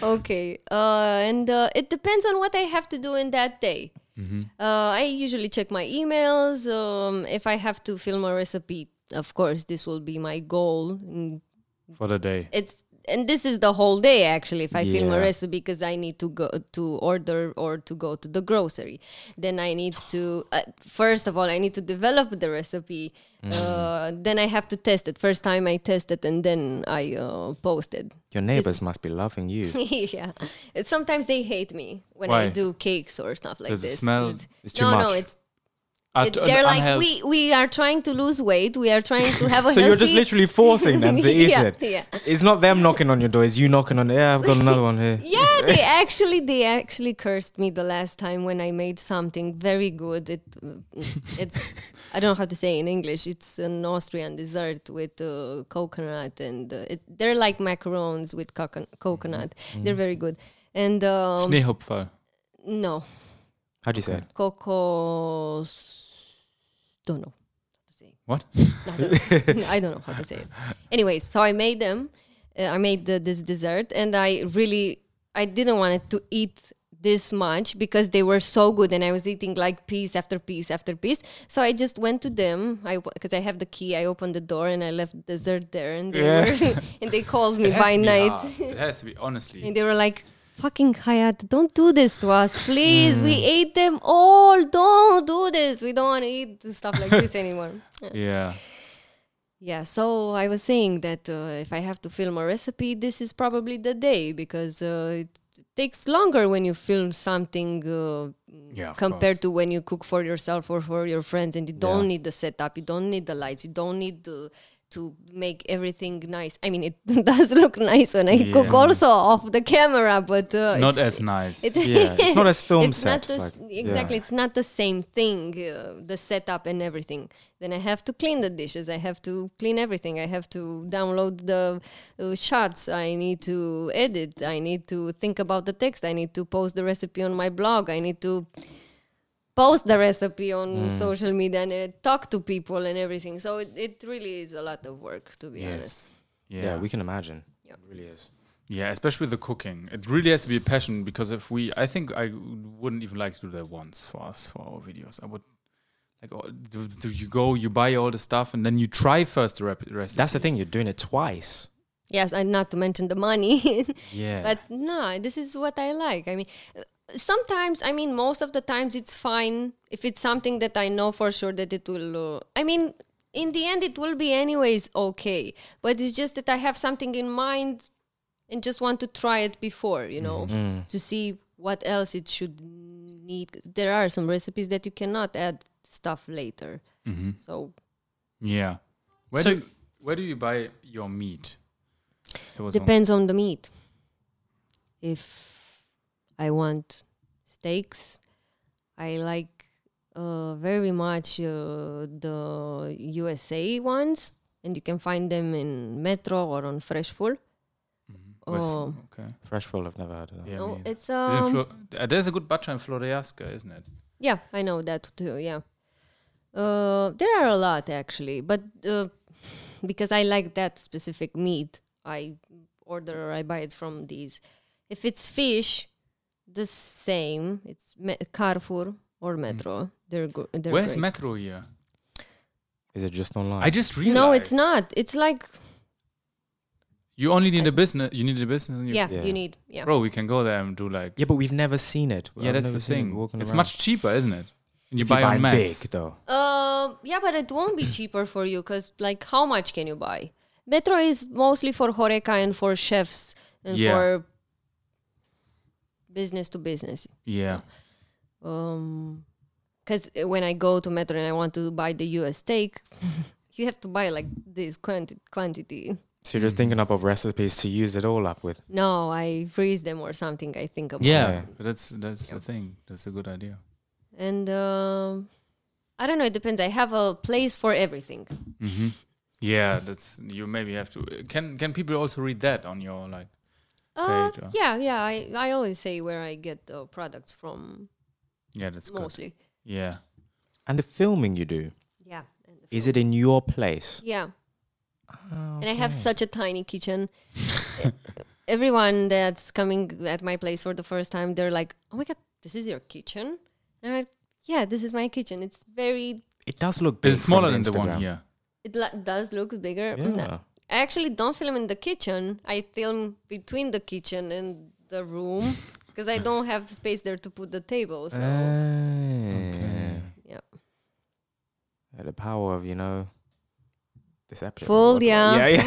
[SPEAKER 2] okay. Uh, and uh, it depends on what I have to do in that day. Uh, I usually check my emails. Um, if I have to film a recipe, of course, this will be my goal. mm, And
[SPEAKER 1] for the day.
[SPEAKER 2] it's and this is the whole day actually if i film a
[SPEAKER 3] Yeah.
[SPEAKER 2] recipe because i need to go to order or to go to the grocery then i need to uh, first of all i need to develop the recipe
[SPEAKER 3] Mm.
[SPEAKER 2] uh, then i have to test it first time i test it and then i uh, post it
[SPEAKER 3] Your neighbors must be loving you.
[SPEAKER 2] yeah It's- sometimes they hate me when
[SPEAKER 1] Why?
[SPEAKER 2] i do cakes or stuff like
[SPEAKER 1] Does it
[SPEAKER 2] this
[SPEAKER 1] smell-
[SPEAKER 3] It's too
[SPEAKER 2] no no
[SPEAKER 3] much.
[SPEAKER 2] it's
[SPEAKER 1] At-
[SPEAKER 2] it, they're like
[SPEAKER 1] unhealth-
[SPEAKER 2] we we are trying to lose weight we are trying to have a
[SPEAKER 3] So
[SPEAKER 2] healthy
[SPEAKER 3] you're just literally forcing them to eat
[SPEAKER 2] Yeah,
[SPEAKER 3] it.
[SPEAKER 2] yeah.
[SPEAKER 3] It's not them knocking on your door. It's you knocking on. Yeah, I've got another one here.
[SPEAKER 2] yeah they actually they actually cursed me the last time when i made something very good it mm, it's i don't know how to say in english it's an austrian dessert with uh, coconut and uh, it, they're like macarons with cocon- coconut they're very good and um,
[SPEAKER 1] Schneehupferl.
[SPEAKER 2] no
[SPEAKER 3] How do you say it?
[SPEAKER 2] coco don't know
[SPEAKER 1] What?
[SPEAKER 2] I don't, know. I don't know how to say it. Anyways, so I made them. Uh, I made the, this dessert, and I really I didn't want it to eat this much because they were so good, and I was eating like piece after piece after piece. So I just went to them. I because I have the key. I opened the door and I left dessert there, and they were, and they called me
[SPEAKER 1] It has
[SPEAKER 2] by
[SPEAKER 1] to be
[SPEAKER 2] night,
[SPEAKER 1] hard. It has to be honestly.
[SPEAKER 2] and they were like. Fucking Hayat, don't do this to us, please. We ate them all. Don't do this. We don't want to eat stuff like this anymore.
[SPEAKER 1] Yeah.
[SPEAKER 2] Yeah, so I was saying that uh, if I have to film a recipe, this is probably the day because uh, it takes longer when you film something uh,
[SPEAKER 1] Yeah. of
[SPEAKER 2] compared
[SPEAKER 1] course.
[SPEAKER 2] to when you cook for yourself or for your friends, and you don't need the setup, you don't need the lights, you don't need to to make everything nice. I mean, it does look nice when I cook
[SPEAKER 1] Yeah.
[SPEAKER 2] also off the camera, but uh,
[SPEAKER 1] not
[SPEAKER 2] it's-
[SPEAKER 1] as nice.
[SPEAKER 2] it's
[SPEAKER 3] Yeah, it's not as film
[SPEAKER 2] it's
[SPEAKER 3] set.
[SPEAKER 2] not the,
[SPEAKER 3] like,
[SPEAKER 2] s- exactly it's not the same thing uh, the setup and everything then i have to clean the dishes i have to clean everything i have to download the uh, shots i need to edit i need to think about the text i need to post the recipe on my blog i need to post the recipe on
[SPEAKER 3] Hmm.
[SPEAKER 2] social media and uh, talk to people and everything so it, it really is a lot of work to be
[SPEAKER 1] yes.
[SPEAKER 2] honest
[SPEAKER 3] Yeah.
[SPEAKER 1] Yeah.
[SPEAKER 3] we can imagine.
[SPEAKER 2] Yeah.
[SPEAKER 3] It really is.
[SPEAKER 1] Yeah, especially the cooking. It really has to be a passion because if we, I think I wouldn't even like to do that once for us for our videos. I would like, oh, do, do you go, you buy all the stuff, and then you try first the rep- recipe.
[SPEAKER 3] That's the thing. You're doing it twice.
[SPEAKER 2] yes and not to mention the money
[SPEAKER 1] yeah,
[SPEAKER 2] But no, this is what I like. I mean, uh, sometimes, I mean, most of the times it's fine if it's something that I know for sure that it will. Uh, I mean, in the end, it will be anyways okay. But it's just that I have something in mind and just want to try it before, you know, to see what else it should need. There are some recipes that you cannot add stuff later. So
[SPEAKER 1] yeah. Where
[SPEAKER 3] So-
[SPEAKER 1] do where do you buy your meat? There was one-
[SPEAKER 2] Depends on the meat. If I want steaks, I like uh, very much uh, the USA ones. and you can find them in Metro or on Freshful.
[SPEAKER 1] Mhm. Where's-
[SPEAKER 2] Oh.
[SPEAKER 1] okay.
[SPEAKER 3] Fresh Roll, I've never heard of that.
[SPEAKER 1] Yeah,
[SPEAKER 2] No,
[SPEAKER 1] me-
[SPEAKER 2] it's
[SPEAKER 1] Is it
[SPEAKER 2] um,
[SPEAKER 1] Flo- uh, there's a good butcher in Floreasca, isn't it?
[SPEAKER 2] Yeah, I know that too. Yeah, uh, there are a lot actually, but uh, because I like that specific meat, I order or I buy it from these. If it's fish, the same. It's me- Carrefour or Metro. They're good. They're
[SPEAKER 1] Mm. Where's
[SPEAKER 2] great.
[SPEAKER 1] Metro here?
[SPEAKER 3] Is it just online?
[SPEAKER 1] I just realized.
[SPEAKER 2] no, it's not. It's like
[SPEAKER 1] You only need a business. You need a business, and you,
[SPEAKER 2] yeah,
[SPEAKER 3] Yeah.
[SPEAKER 2] you need yeah.
[SPEAKER 1] bro, we can go there and do like.
[SPEAKER 3] yeah, but we've never seen it.
[SPEAKER 1] Yeah,
[SPEAKER 3] I've
[SPEAKER 1] that's
[SPEAKER 3] never
[SPEAKER 1] the
[SPEAKER 3] seen it
[SPEAKER 1] thing.
[SPEAKER 3] walking
[SPEAKER 1] It's
[SPEAKER 3] around.
[SPEAKER 1] much cheaper, isn't it? And you
[SPEAKER 3] If
[SPEAKER 1] buy
[SPEAKER 3] you buy
[SPEAKER 1] on mass.
[SPEAKER 3] big though.
[SPEAKER 2] Uh, yeah, but it won't be cheaper for you because, like, how much can you buy? Metro is mostly for Horeca and for chefs and
[SPEAKER 1] Yeah.
[SPEAKER 2] for business to business.
[SPEAKER 1] Yeah,
[SPEAKER 2] Um, because when I go to Metro and I want to buy the US steak, you have to buy like this quanti- quantity.
[SPEAKER 3] So
[SPEAKER 1] Mm-hmm.
[SPEAKER 3] you're just thinking up of recipes to use it all up with.
[SPEAKER 2] No, I freeze them or something. I think about.
[SPEAKER 1] yeah.
[SPEAKER 3] Yeah.
[SPEAKER 1] But that's that's the thing. That's a good idea.
[SPEAKER 2] And um, I don't know. It depends. I have a place for everything.
[SPEAKER 1] Yeah, that's you. Maybe have to. Can can people also read that on your like?
[SPEAKER 2] Uh,
[SPEAKER 1] Great, uh.
[SPEAKER 2] yeah, yeah. I, I always say where I get the products from
[SPEAKER 1] Yeah, that's good.
[SPEAKER 2] mostly.
[SPEAKER 1] Yeah.
[SPEAKER 3] And the filming you do,
[SPEAKER 2] Yeah. and the
[SPEAKER 3] is
[SPEAKER 2] food.
[SPEAKER 3] it in your place?
[SPEAKER 2] Yeah. And I have such a tiny kitchen. Everyone that's coming at my place for the first time, they're like, "Oh my god, this is your kitchen." And I'm like, "Yeah, this is my kitchen. It's very.
[SPEAKER 3] It does look big
[SPEAKER 1] It's smaller than
[SPEAKER 3] from
[SPEAKER 1] the
[SPEAKER 3] Instagram.
[SPEAKER 1] one here.
[SPEAKER 2] It lo- does look bigger. Mm,
[SPEAKER 3] Yeah.
[SPEAKER 2] I actually don't film in the kitchen. I film between the kitchen and the room because I don't have space there to put the
[SPEAKER 1] Oh.
[SPEAKER 2] table. So
[SPEAKER 3] Ah.
[SPEAKER 2] yeah,
[SPEAKER 3] Yeah, The power of, you know, this episode.
[SPEAKER 2] Full,
[SPEAKER 3] What-
[SPEAKER 2] yeah.
[SPEAKER 3] Yeah,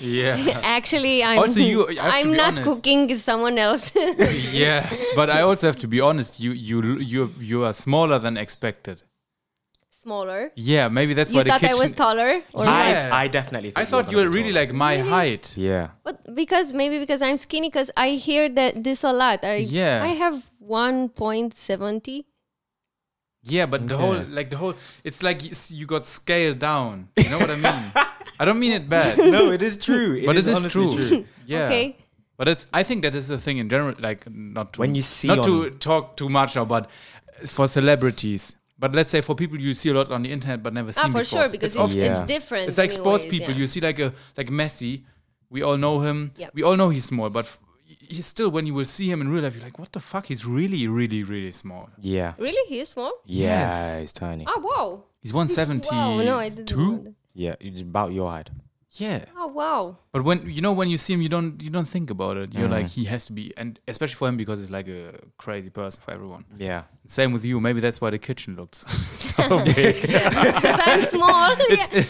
[SPEAKER 3] yeah.
[SPEAKER 1] Yeah.
[SPEAKER 2] actually, I'm
[SPEAKER 1] Also, you- I have to
[SPEAKER 2] I'm
[SPEAKER 1] be
[SPEAKER 2] not
[SPEAKER 1] honest.
[SPEAKER 2] cooking. It's someone else.
[SPEAKER 1] yeah. But I also have to be honest. You you you you are smaller than expected.
[SPEAKER 2] Smaller.
[SPEAKER 1] Yeah, maybe that's why
[SPEAKER 2] you
[SPEAKER 1] the
[SPEAKER 2] thought
[SPEAKER 1] kitchen.
[SPEAKER 2] I was taller, or
[SPEAKER 1] Yeah.
[SPEAKER 2] what?
[SPEAKER 3] I, I definitely
[SPEAKER 1] I
[SPEAKER 3] think
[SPEAKER 1] thought you
[SPEAKER 3] gonna
[SPEAKER 1] were
[SPEAKER 3] be
[SPEAKER 1] really
[SPEAKER 3] taller.
[SPEAKER 1] like my height.
[SPEAKER 3] Yeah.
[SPEAKER 2] But because maybe because I'm skinny, because I hear that this a lot. I,
[SPEAKER 1] Yeah.
[SPEAKER 2] I have one point seventy.
[SPEAKER 1] Yeah, but the
[SPEAKER 3] Okay.
[SPEAKER 1] whole like the whole it's like you, s- you got scaled down. You know what I mean? I don't mean it bad.
[SPEAKER 3] No, it is true. It
[SPEAKER 1] but
[SPEAKER 3] is
[SPEAKER 1] it is
[SPEAKER 3] honestly
[SPEAKER 1] true.
[SPEAKER 3] true.
[SPEAKER 1] yeah.
[SPEAKER 2] Okay.
[SPEAKER 1] But it's I think that is the thing in general. Like not to,
[SPEAKER 3] When you see
[SPEAKER 1] not to
[SPEAKER 3] on-
[SPEAKER 1] talk too much about for celebrities. But let's say for people you see a lot on the internet but never
[SPEAKER 2] Ah,
[SPEAKER 1] seen
[SPEAKER 2] for
[SPEAKER 1] before.
[SPEAKER 2] sure, because
[SPEAKER 1] it's,
[SPEAKER 2] it's,
[SPEAKER 1] of-
[SPEAKER 2] it's,
[SPEAKER 3] Yeah.
[SPEAKER 2] different.
[SPEAKER 1] it's like sports
[SPEAKER 2] anyways,
[SPEAKER 1] people.
[SPEAKER 2] yeah.
[SPEAKER 1] You see like a like Messi. We all know him.
[SPEAKER 2] Yeah.
[SPEAKER 1] We all know he's small, but f- he's still when you will see him in real life, you're like, what the fuck? He's really, really, really small.
[SPEAKER 3] Yeah.
[SPEAKER 2] really, he is small.
[SPEAKER 3] Yeah,
[SPEAKER 1] Yes.
[SPEAKER 3] it's tiny.
[SPEAKER 2] Oh wow!
[SPEAKER 1] He's 172.
[SPEAKER 2] Wow, no, I didn't. know that.
[SPEAKER 3] Yeah, it's about your height.
[SPEAKER 1] Yeah.
[SPEAKER 2] Oh wow!
[SPEAKER 1] But when you know when you see him, you don't you don't think about it. You're like he has to be, and especially for him because he's like a crazy person for everyone.
[SPEAKER 3] Yeah.
[SPEAKER 1] Same with you. Maybe that's why the kitchen looks so big.
[SPEAKER 2] Because I'm small, yeah.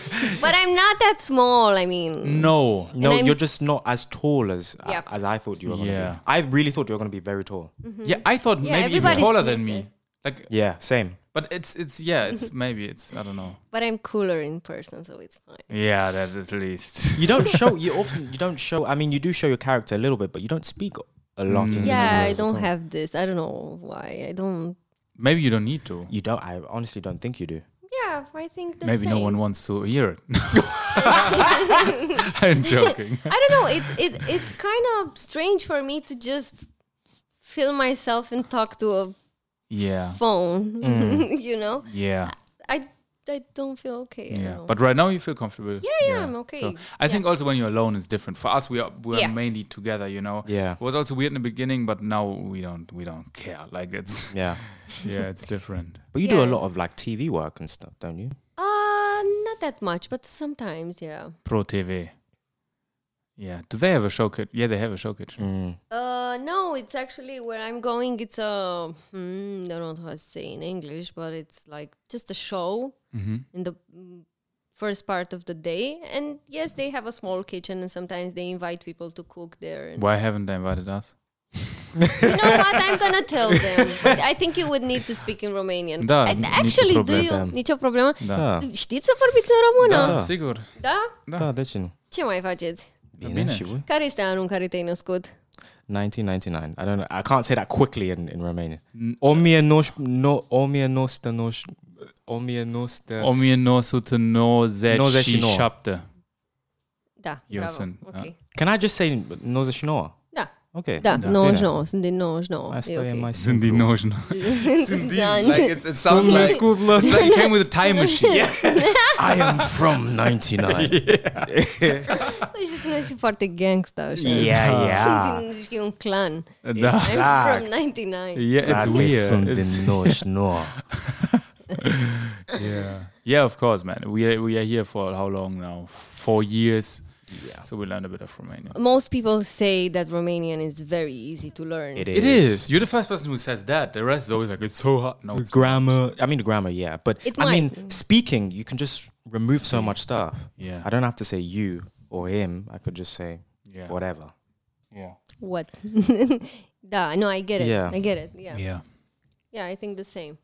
[SPEAKER 2] but I'm not that small. I
[SPEAKER 1] Mm.
[SPEAKER 2] mean,
[SPEAKER 1] no,
[SPEAKER 3] No,
[SPEAKER 2] I'm-
[SPEAKER 3] you're just not as tall as
[SPEAKER 2] Yeah. Mm.
[SPEAKER 3] as I thought you were gonna
[SPEAKER 1] Yeah.
[SPEAKER 3] be. I really thought you were gonna be very tall.
[SPEAKER 1] Mm-hmm. yeah, I thought
[SPEAKER 2] Yeah,
[SPEAKER 1] maybe even
[SPEAKER 2] everybody
[SPEAKER 1] taller than
[SPEAKER 2] thinks
[SPEAKER 1] me.
[SPEAKER 2] it.
[SPEAKER 1] Like,
[SPEAKER 3] Yeah, same.
[SPEAKER 1] but it's it's yeah, it's maybe it's I don't know.
[SPEAKER 2] but I'm cooler in person, so it's fine.
[SPEAKER 1] Yeah, that at least.
[SPEAKER 3] You don't show. You often you don't show. I mean, you do show your character a little bit, but you don't speak a lot.
[SPEAKER 1] Mm.
[SPEAKER 3] in the
[SPEAKER 2] Yeah, I
[SPEAKER 3] videos at
[SPEAKER 2] don't
[SPEAKER 3] all.
[SPEAKER 2] have this. I don't know why. I don't.
[SPEAKER 1] maybe you don't need to.
[SPEAKER 3] You don't. I honestly don't think you do.
[SPEAKER 2] Yeah, I think the
[SPEAKER 1] Maybe
[SPEAKER 2] same.
[SPEAKER 1] no one wants to hear it. I'm joking.
[SPEAKER 2] I don't know. It it it's kind of strange for me to just film myself and talk to a
[SPEAKER 1] Yeah, Mm.
[SPEAKER 2] phone. you know,
[SPEAKER 1] yeah.
[SPEAKER 2] I I don't feel okay. I don't
[SPEAKER 1] Yeah,
[SPEAKER 2] know.
[SPEAKER 1] but right now you feel comfortable. Yeah,
[SPEAKER 2] yeah, I'm okay.
[SPEAKER 1] So I think also when you're alone is different. For us, we are we are
[SPEAKER 2] Yeah.
[SPEAKER 1] mainly together. You know.
[SPEAKER 3] Yeah.
[SPEAKER 1] It was also weird in the beginning, but now we don't we don't care. Like it's
[SPEAKER 3] Yeah,
[SPEAKER 1] yeah, it's different.
[SPEAKER 3] but you do a
[SPEAKER 2] Yeah.
[SPEAKER 3] lot of like TV work and stuff, don't you?
[SPEAKER 2] uh, not that much, but sometimes, yeah.
[SPEAKER 1] Pro TV. Yeah. Do they have a show kit? Yeah, they have a show kitchen.
[SPEAKER 3] Mm.
[SPEAKER 2] Uh, no, it's actually where I'm going. It's a hmm, I don't know how to say in English, but it's like just a show in the mm, first part of the day. And yes, they have a small kitchen, and sometimes they invite people to cook there. And
[SPEAKER 1] Why haven't they invited us?
[SPEAKER 2] you know what? I'm gonna tell them. But I think you would need to speak in Romanian.
[SPEAKER 1] Da,
[SPEAKER 2] And
[SPEAKER 1] n-
[SPEAKER 2] actually,
[SPEAKER 1] nicio
[SPEAKER 2] do you?
[SPEAKER 3] problemă.
[SPEAKER 2] Nicio problemă?
[SPEAKER 1] Da.
[SPEAKER 2] Știți să vorbiți în română?
[SPEAKER 1] Ah, sigur.
[SPEAKER 2] Da?
[SPEAKER 3] Da, deci nu.
[SPEAKER 2] Ce mai faceți?
[SPEAKER 3] Bine,
[SPEAKER 1] Bine.
[SPEAKER 3] și voi?
[SPEAKER 2] Care este anul în care te-ai născut?
[SPEAKER 3] 1999. I don't know. I can't say that quickly in, in Romanian. Omie noș, no, omie nostă noș, omie nostă.
[SPEAKER 1] O mie nouă sute nouăzeci și
[SPEAKER 3] 99.
[SPEAKER 1] șapte.
[SPEAKER 2] Da,
[SPEAKER 1] Iosen,
[SPEAKER 2] bravo.
[SPEAKER 1] da.
[SPEAKER 2] Ok.
[SPEAKER 3] Can I just say Nozashinoa?
[SPEAKER 2] Da,
[SPEAKER 3] Okay.
[SPEAKER 2] da,
[SPEAKER 1] Da.
[SPEAKER 2] 99, sunt din 99.
[SPEAKER 3] I
[SPEAKER 2] e
[SPEAKER 3] stay
[SPEAKER 2] ok.
[SPEAKER 3] in my
[SPEAKER 1] Sind die Notion. Sind die. Like it's, it sounds like,
[SPEAKER 3] good luck.
[SPEAKER 1] it's like you came with a time machine.
[SPEAKER 3] I am from 99. yeah,
[SPEAKER 2] Păi și sună și foarte gangsta așa.
[SPEAKER 3] yeah.
[SPEAKER 2] Sunt din, știi, un clan.
[SPEAKER 1] Da.
[SPEAKER 2] I'm
[SPEAKER 3] Exact.
[SPEAKER 2] from 99.
[SPEAKER 1] Yeah, it's
[SPEAKER 3] That is
[SPEAKER 1] weird.
[SPEAKER 3] something
[SPEAKER 1] It's,
[SPEAKER 3] Nozashinoa.
[SPEAKER 1] yeah. Yeah, of course, man. We are, we are here for how long now? Four years.
[SPEAKER 3] Yeah.
[SPEAKER 1] So we learned a bit of Romania.
[SPEAKER 2] Most people say that Romanian is very easy to learn.
[SPEAKER 3] It
[SPEAKER 1] It is. You're the first person who says that. The rest is always like, it's so hard. No, it's
[SPEAKER 3] grammar. I mean the grammar, yeah, but
[SPEAKER 2] It
[SPEAKER 3] I mean
[SPEAKER 2] might.
[SPEAKER 3] speaking. You can just remove so much stuff.
[SPEAKER 1] Yeah.
[SPEAKER 3] I don't have to say you or him. I could just say
[SPEAKER 1] Yeah.
[SPEAKER 3] whatever.
[SPEAKER 1] Yeah.
[SPEAKER 2] What? da, no, I get it.
[SPEAKER 3] Yeah.
[SPEAKER 2] I get it. Yeah. yeah.
[SPEAKER 1] Yeah.
[SPEAKER 2] I think the same.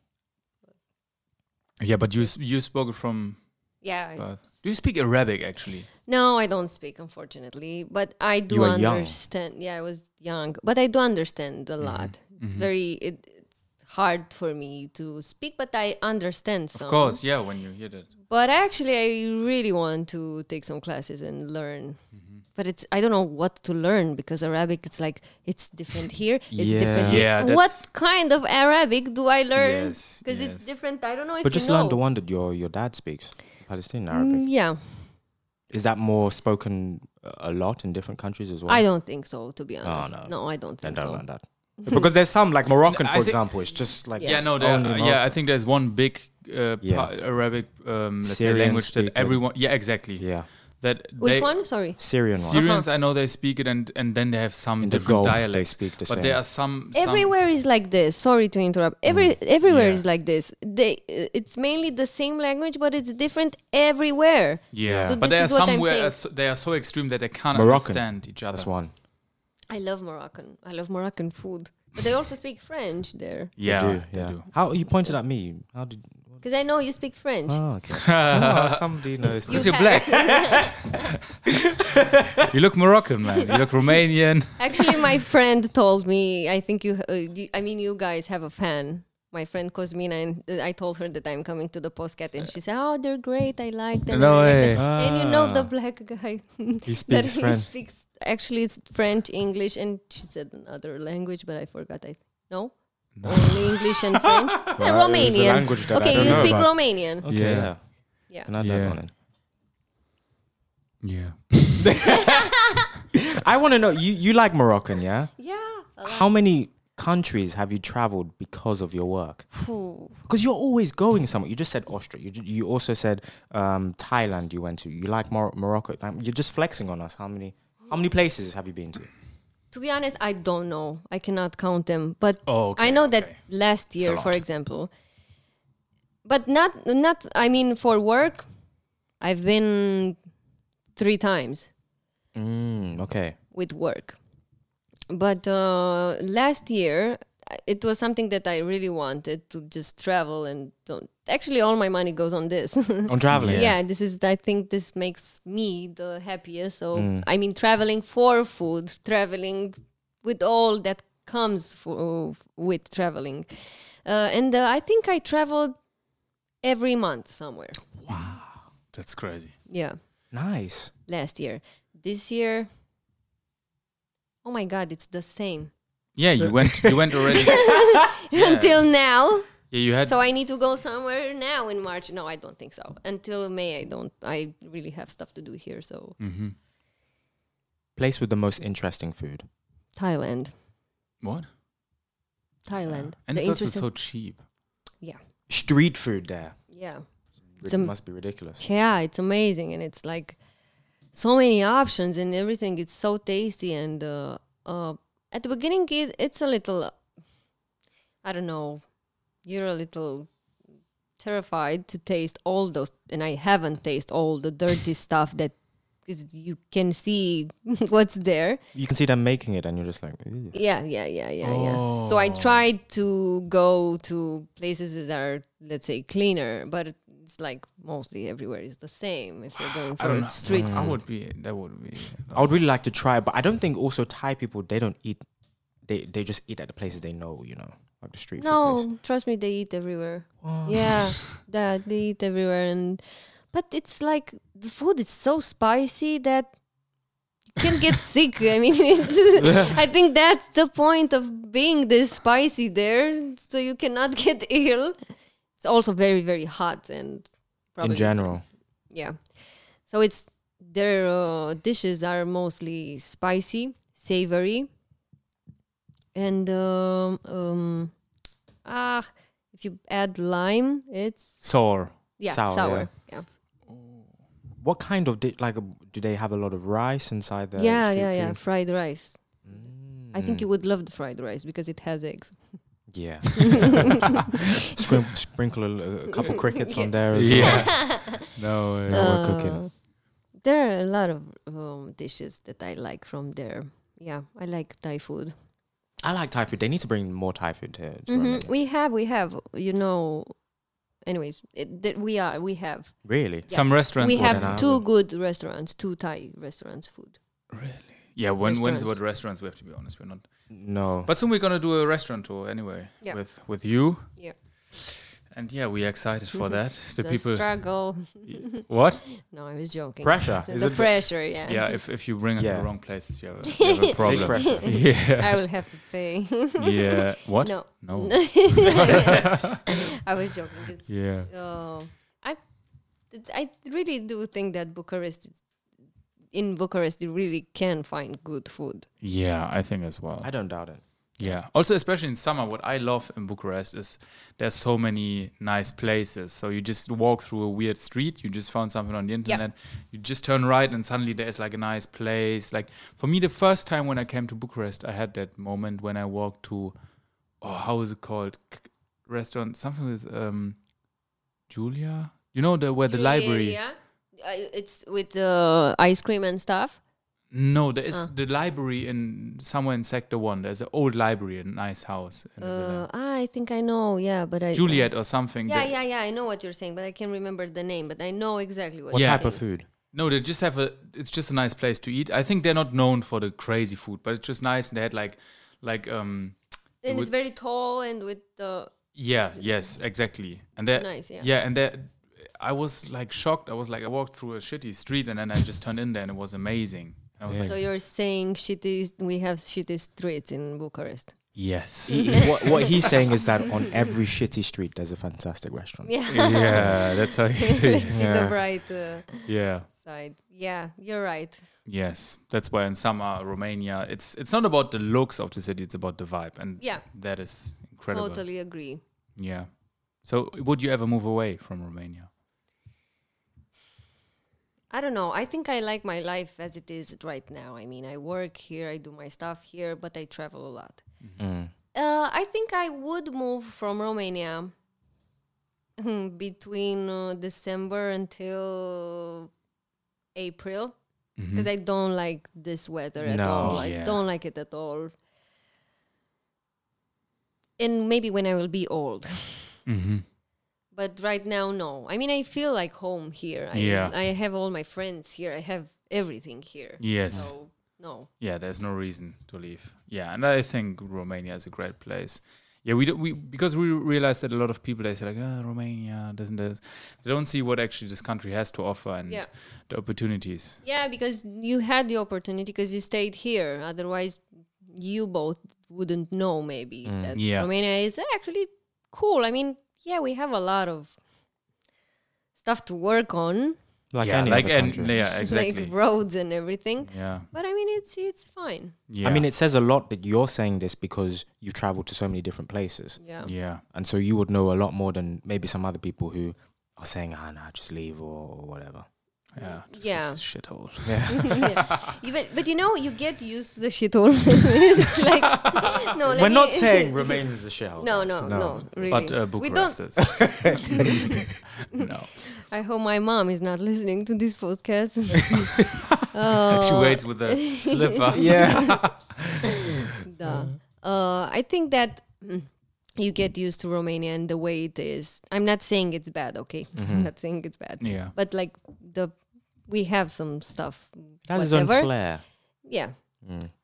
[SPEAKER 1] Yeah, but you s- you spoke from.
[SPEAKER 2] Yeah. I-
[SPEAKER 1] Perth. Do you speak Arabic actually?
[SPEAKER 2] No, I don't speak, unfortunately, but I do
[SPEAKER 3] You are young. Mm-hmm.
[SPEAKER 2] understand. Yeah, I was young, but I do understand a lot. It's
[SPEAKER 1] Mm-hmm.
[SPEAKER 2] very it, it's hard for me to speak, but I understand some.
[SPEAKER 1] Of course. Yeah, when you hear that.
[SPEAKER 2] But actually, I really want to take some classes and learn.
[SPEAKER 3] Mm-hmm.
[SPEAKER 2] But it's I don't know what to learn because Arabic it's like it's different here, it's different
[SPEAKER 3] Yeah.
[SPEAKER 2] here.
[SPEAKER 1] Yeah, that's-
[SPEAKER 2] what kind of Arabic do I learn?
[SPEAKER 1] Yes,
[SPEAKER 2] Because
[SPEAKER 1] yes.
[SPEAKER 2] it's different. I don't know if
[SPEAKER 3] But
[SPEAKER 2] you
[SPEAKER 3] just
[SPEAKER 2] know.
[SPEAKER 3] learn the one that your your dad speaks, Palestinian Arabic.
[SPEAKER 2] Mm, Yeah,
[SPEAKER 3] Is that more spoken a lot in different countries as well?
[SPEAKER 2] I don't think so. To be honest,
[SPEAKER 3] Oh,
[SPEAKER 2] no,
[SPEAKER 3] no.
[SPEAKER 2] I don't
[SPEAKER 3] Then
[SPEAKER 2] think
[SPEAKER 3] don't
[SPEAKER 2] so.
[SPEAKER 3] learn that. because there's some like Moroccan,
[SPEAKER 1] I
[SPEAKER 3] for
[SPEAKER 1] thi-
[SPEAKER 3] example. It's just like
[SPEAKER 1] Yeah,
[SPEAKER 2] Yeah.
[SPEAKER 1] no, there,
[SPEAKER 3] Only
[SPEAKER 1] yeah, I
[SPEAKER 3] Morocco.
[SPEAKER 1] think there's one big uh,
[SPEAKER 3] Yeah.
[SPEAKER 1] pa- Arabic um, let's say
[SPEAKER 3] Syrian
[SPEAKER 1] language
[SPEAKER 3] speaking.
[SPEAKER 1] that everyone. Yeah, exactly.
[SPEAKER 3] yeah,
[SPEAKER 1] That
[SPEAKER 2] Which
[SPEAKER 1] they-
[SPEAKER 2] one? Sorry.
[SPEAKER 3] Syrian one.
[SPEAKER 1] Syrians, I know they speak it, and and then they have some
[SPEAKER 3] In the
[SPEAKER 1] different
[SPEAKER 3] Gulf, they
[SPEAKER 1] dialects.
[SPEAKER 3] speak the
[SPEAKER 1] but
[SPEAKER 3] same.
[SPEAKER 1] there are some. some
[SPEAKER 2] Everywhere is like this. Sorry to interrupt.
[SPEAKER 3] Mm.
[SPEAKER 2] Every everywhere
[SPEAKER 1] Yeah.
[SPEAKER 2] is like this. They it's mainly the same language, but it's different everywhere.
[SPEAKER 1] Yeah,
[SPEAKER 2] So
[SPEAKER 1] but
[SPEAKER 2] this
[SPEAKER 1] there are
[SPEAKER 2] is what I'm
[SPEAKER 1] some where
[SPEAKER 2] saying.
[SPEAKER 1] are so- they are so extreme that they can't
[SPEAKER 3] Moroccan.
[SPEAKER 1] understand each other.
[SPEAKER 3] That's one.
[SPEAKER 2] I love Moroccan. I love Moroccan food, but they also speak French there.
[SPEAKER 1] Yeah,
[SPEAKER 3] they do,
[SPEAKER 1] they
[SPEAKER 3] yeah.
[SPEAKER 1] do.
[SPEAKER 3] How you pointed at me? How did?
[SPEAKER 2] Because I know you speak French.
[SPEAKER 3] Oh, okay. Oh, somebody knows.
[SPEAKER 2] You
[SPEAKER 1] you're
[SPEAKER 2] have-
[SPEAKER 1] You look Moroccan, man. You look Romanian.
[SPEAKER 2] Actually, my friend told me. I think you, uh, you. I mean, you guys have a fan. My friend Cosmina, and uh, I told her that I'm coming to the postcat, and she said, "Oh, they're great. I like them."
[SPEAKER 1] No
[SPEAKER 2] and I like
[SPEAKER 1] way.
[SPEAKER 2] them." And you know the black guy.
[SPEAKER 3] Ah. He
[SPEAKER 2] that
[SPEAKER 3] speaks
[SPEAKER 2] he
[SPEAKER 3] French.
[SPEAKER 2] speaks actually it's French, English, and she said another language, but I forgot. I no, only English and French. And
[SPEAKER 3] Well, it's a
[SPEAKER 2] Romanian.
[SPEAKER 3] language that I
[SPEAKER 2] okay,
[SPEAKER 3] don't
[SPEAKER 2] you
[SPEAKER 3] know
[SPEAKER 2] speak
[SPEAKER 3] about.
[SPEAKER 2] Romanian.
[SPEAKER 3] Okay,
[SPEAKER 1] Yeah.
[SPEAKER 3] yeah.
[SPEAKER 2] Yeah.
[SPEAKER 3] Can I add
[SPEAKER 1] Yeah.
[SPEAKER 3] that one in?
[SPEAKER 1] Yeah.
[SPEAKER 3] I want to know. You you like Moroccan, yeah?
[SPEAKER 2] Yeah.
[SPEAKER 3] How many countries have you traveled because of your work?
[SPEAKER 2] Phew.
[SPEAKER 3] Because you're always going somewhere. You just said Austria. You, you also said um, Thailand. You went to. You like Mor- Morocco. Like, you're just flexing on us. How many? How many places have you been to?
[SPEAKER 2] To be honest, I don't know. I cannot count them, but
[SPEAKER 1] Oh, okay,
[SPEAKER 2] I know that
[SPEAKER 1] okay.
[SPEAKER 2] last
[SPEAKER 3] a
[SPEAKER 2] year, for
[SPEAKER 3] lot.
[SPEAKER 2] example. But not not. I mean, for work, I've been three times.
[SPEAKER 3] Mm, okay.
[SPEAKER 2] with work. But uh, last year, I- it was something that I really wanted to just travel and don't. Actually, all my money goes on this. yeah.
[SPEAKER 3] On traveling.
[SPEAKER 2] this is. I think this makes me the happiest. So
[SPEAKER 1] Mm.
[SPEAKER 2] I mean, traveling for food, traveling with all that comes for, with traveling, uh, and uh, I think I traveled every month somewhere.
[SPEAKER 1] That's crazy.
[SPEAKER 2] Yeah
[SPEAKER 3] Nice.
[SPEAKER 2] last year. This year, oh my god, it's the same
[SPEAKER 1] Yeah, you went. You went already.
[SPEAKER 2] until now.
[SPEAKER 1] Yeah, you had.
[SPEAKER 2] So I need to go somewhere now in March. No, I don't think so. Until May, I don't. I really have stuff to do here. So
[SPEAKER 1] Mm.
[SPEAKER 3] Place with the most interesting food.
[SPEAKER 2] Thailand,
[SPEAKER 1] what?
[SPEAKER 2] Thailand.
[SPEAKER 1] And
[SPEAKER 2] The
[SPEAKER 1] it's also
[SPEAKER 2] interesting-
[SPEAKER 1] so cheap.
[SPEAKER 2] yeah,
[SPEAKER 3] Street food there.
[SPEAKER 2] yeah,
[SPEAKER 3] It
[SPEAKER 2] Some-
[SPEAKER 3] must be ridiculous.
[SPEAKER 2] yeah. It's amazing, and it's like so many options and everything. It's so tasty, and uh, uh, at the beginning, it, it's a little. I don't know. You're a little terrified to taste all those and i haven't tasted all the dirty stuff that because you can see what's there
[SPEAKER 3] You can see them making it, and you're just like, "Ew."
[SPEAKER 2] yeah yeah yeah yeah yeah
[SPEAKER 1] Oh.
[SPEAKER 2] so i tried to go to places that are let's say cleaner but it's like mostly everywhere is the same if you're going
[SPEAKER 1] I don't know.
[SPEAKER 2] for street
[SPEAKER 1] I
[SPEAKER 2] food
[SPEAKER 1] would be. That would be.
[SPEAKER 3] I would really like to try, it, but I don't think also Thai people they don't eat. They they just eat at the places they know. You know, like the street food place.
[SPEAKER 2] No, trust me, they eat everywhere. Yeah, that they eat everywhere, and but it's like the food is so spicy that can get sick. I mean, it's, I think that's the point of being this spicy there, so you cannot get ill. It's also very very hot and probably
[SPEAKER 3] in general.
[SPEAKER 2] yeah. So it's their uh, dishes are mostly spicy, savory, and um, um, ah, if you add lime, it's
[SPEAKER 1] Sour.
[SPEAKER 2] yeah
[SPEAKER 3] Sour,
[SPEAKER 2] sour. Yeah,
[SPEAKER 3] What kind of di- like uh, do they have a lot of rice inside the
[SPEAKER 2] yeah, yeah,
[SPEAKER 3] street
[SPEAKER 2] yeah,
[SPEAKER 3] food? Mm.
[SPEAKER 2] Fried rice. I think you would love the fried rice because it has eggs.
[SPEAKER 3] Yeah. Scrim- sprinkle a, l- a couple crickets on there as well.
[SPEAKER 1] Yeah. no way.
[SPEAKER 2] Uh,
[SPEAKER 3] No, we're cooking.
[SPEAKER 2] There are a lot of um, dishes that I like from there. Yeah, I like Thai food.
[SPEAKER 3] I like Thai food. They need to bring more Thai food to, to
[SPEAKER 2] Mhm,
[SPEAKER 3] Romania.
[SPEAKER 2] We have, we have, you know. Anyways, it, that we are, we have,
[SPEAKER 3] Really?
[SPEAKER 1] Some restaurants.
[SPEAKER 2] we
[SPEAKER 1] would-
[SPEAKER 3] an
[SPEAKER 2] have
[SPEAKER 3] hour.
[SPEAKER 2] two good restaurants, two Thai restaurants, food.
[SPEAKER 1] Yeah, when when's
[SPEAKER 2] Restaurants.
[SPEAKER 1] about restaurants? We have to be honest. We're not.
[SPEAKER 3] No.
[SPEAKER 1] But soon we're gonna do a restaurant tour anyway.
[SPEAKER 2] Yeah.
[SPEAKER 1] With with you.
[SPEAKER 2] Yeah.
[SPEAKER 1] And yeah, we're excited for that. The,
[SPEAKER 2] the
[SPEAKER 1] people.
[SPEAKER 2] struggle.
[SPEAKER 1] what?
[SPEAKER 2] No, I was joking.
[SPEAKER 3] Pressure.
[SPEAKER 2] So
[SPEAKER 3] Is
[SPEAKER 2] the
[SPEAKER 3] it-
[SPEAKER 2] pressure, yeah.
[SPEAKER 1] Yeah. If if you bring us to
[SPEAKER 3] Yeah.
[SPEAKER 1] the wrong places, you have a, you have a
[SPEAKER 3] Big
[SPEAKER 1] problem.
[SPEAKER 3] pressure.
[SPEAKER 1] yeah.
[SPEAKER 2] I will have to pay.
[SPEAKER 1] Yeah. What?
[SPEAKER 2] No.
[SPEAKER 1] No.
[SPEAKER 2] I was joking. It's
[SPEAKER 1] Yeah.
[SPEAKER 2] Oh, I, th- I really do think that Bucharest, in Bucharest, you really can find good food.
[SPEAKER 1] Yeah. I think as well.
[SPEAKER 3] I don't doubt it.
[SPEAKER 1] Yeah. Also, especially in summer, what I love in Bucharest is there's so many nice places. So you just walk through a weird street, you just found something on the internet, you just turn right, and suddenly there's like a nice place. Like for me, the first time when I came to Bucharest, I had that moment when I walked to, oh, how is it called? K- Restaurant, something with um, Julia. You know the where the library.
[SPEAKER 2] Yeah, I- it's with uh, ice cream and stuff.
[SPEAKER 1] No, there
[SPEAKER 2] Uh.
[SPEAKER 1] is the library in somewhere in sector one. There's an old library, a nice house. in a villa.
[SPEAKER 2] Uh, ah, I think I know. Yeah, but I
[SPEAKER 1] Juliet or something.
[SPEAKER 2] Yeah,
[SPEAKER 1] that-
[SPEAKER 2] yeah, yeah. I know what you're saying, but I can't remember the name. But I know exactly what.
[SPEAKER 3] What
[SPEAKER 1] Yeah.
[SPEAKER 2] you're
[SPEAKER 3] type of
[SPEAKER 2] saying.
[SPEAKER 3] food?
[SPEAKER 1] No, they just have a. It's just a nice place to eat. I think they're not known for the crazy food, but it's just nice. And they had like, like um,
[SPEAKER 2] And it's
[SPEAKER 1] would-
[SPEAKER 2] very tall and with the
[SPEAKER 1] yeah, yes, exactly. And they
[SPEAKER 2] nice, yeah.
[SPEAKER 1] yeah, and they. I was like shocked. I was like, I walked through a shitty street, and then I just turned in there, and it was amazing. And I was like,
[SPEAKER 2] So you're saying shitty. We have shitty streets in Bucharest.
[SPEAKER 1] yes,
[SPEAKER 3] He- what, what he's saying is that on every shitty street, there's a fantastic restaurant.
[SPEAKER 2] Yeah.
[SPEAKER 1] yeah, that's how you
[SPEAKER 2] Let's
[SPEAKER 1] see.
[SPEAKER 2] see the
[SPEAKER 3] Yeah.
[SPEAKER 2] bright uh,
[SPEAKER 1] Yeah.
[SPEAKER 2] side. Yeah, you're right.
[SPEAKER 1] Yes, that's why in summer Romania, it's it's not about the looks of the city, it's about the vibe, and
[SPEAKER 2] Yeah.
[SPEAKER 1] that is incredible.
[SPEAKER 2] Totally agree.
[SPEAKER 1] Yeah. So would you ever move away from Romania?
[SPEAKER 2] I don't know. I think I like my life as it is right now. I mean, I work here, I do my stuff here, but I travel a lot.
[SPEAKER 3] Mm.
[SPEAKER 2] Uh, I think I would move from Romania hmm, between uh, December until April because I don't like this weather at all. I
[SPEAKER 3] No.
[SPEAKER 1] Mm-hmm. Yeah.
[SPEAKER 2] don't like it at all. And maybe when I will be old.
[SPEAKER 1] Mm-hmm.
[SPEAKER 2] but right now no i mean i feel like home here I,
[SPEAKER 1] Yeah.
[SPEAKER 2] i have all my friends here i have everything here
[SPEAKER 1] Yes.
[SPEAKER 2] so no
[SPEAKER 1] Yeah, there's no reason to leave. Yeah, and I think Romania is a great place. Yeah, we do, we because we realize that a lot of people they say like, ah, Romania doesn't this. They don't see what actually this country has to offer and
[SPEAKER 2] Yeah.
[SPEAKER 1] the opportunities.
[SPEAKER 2] yeah because you had the opportunity because you stayed here otherwise you both wouldn't know maybe that
[SPEAKER 1] Yeah.
[SPEAKER 2] romania is actually cool i mean yeah we have a lot of stuff to work on
[SPEAKER 3] Like
[SPEAKER 1] yeah,
[SPEAKER 3] any
[SPEAKER 1] like
[SPEAKER 3] other
[SPEAKER 1] and
[SPEAKER 3] country.
[SPEAKER 1] yeah, exactly.
[SPEAKER 2] like roads and everything
[SPEAKER 1] yeah,
[SPEAKER 2] but i mean it's it's fine
[SPEAKER 1] yeah.
[SPEAKER 3] I mean, it says a lot that you're saying this because you've traveled to so many different places.
[SPEAKER 2] yeah
[SPEAKER 1] yeah,
[SPEAKER 3] And so you would know a lot more than maybe some other people who are saying, ah, nah, just leave or, or whatever.
[SPEAKER 1] yeah, just like
[SPEAKER 2] Yeah.
[SPEAKER 1] this shithole.
[SPEAKER 2] yeah. Even, but you know, you get used to the shithole. it's like, no, let
[SPEAKER 3] We're
[SPEAKER 2] me-
[SPEAKER 3] not saying Romania is a shithole.
[SPEAKER 2] No,
[SPEAKER 3] guys.
[SPEAKER 2] no, no, really.
[SPEAKER 1] But uh,
[SPEAKER 2] we don't.
[SPEAKER 1] Bucharest is no.
[SPEAKER 2] I hope my mom is not listening to this podcast.
[SPEAKER 1] she
[SPEAKER 2] Uh,
[SPEAKER 1] waits with a slipper.
[SPEAKER 3] Yeah.
[SPEAKER 2] duh. Uh, I think that mm, you get used to Romania and the way it is. I'm not saying it's bad, okay? I'm not saying it's bad.
[SPEAKER 1] Yeah.
[SPEAKER 2] But like the, we have some stuff.
[SPEAKER 3] It has its own
[SPEAKER 2] whatever.
[SPEAKER 3] flair.
[SPEAKER 2] Yeah.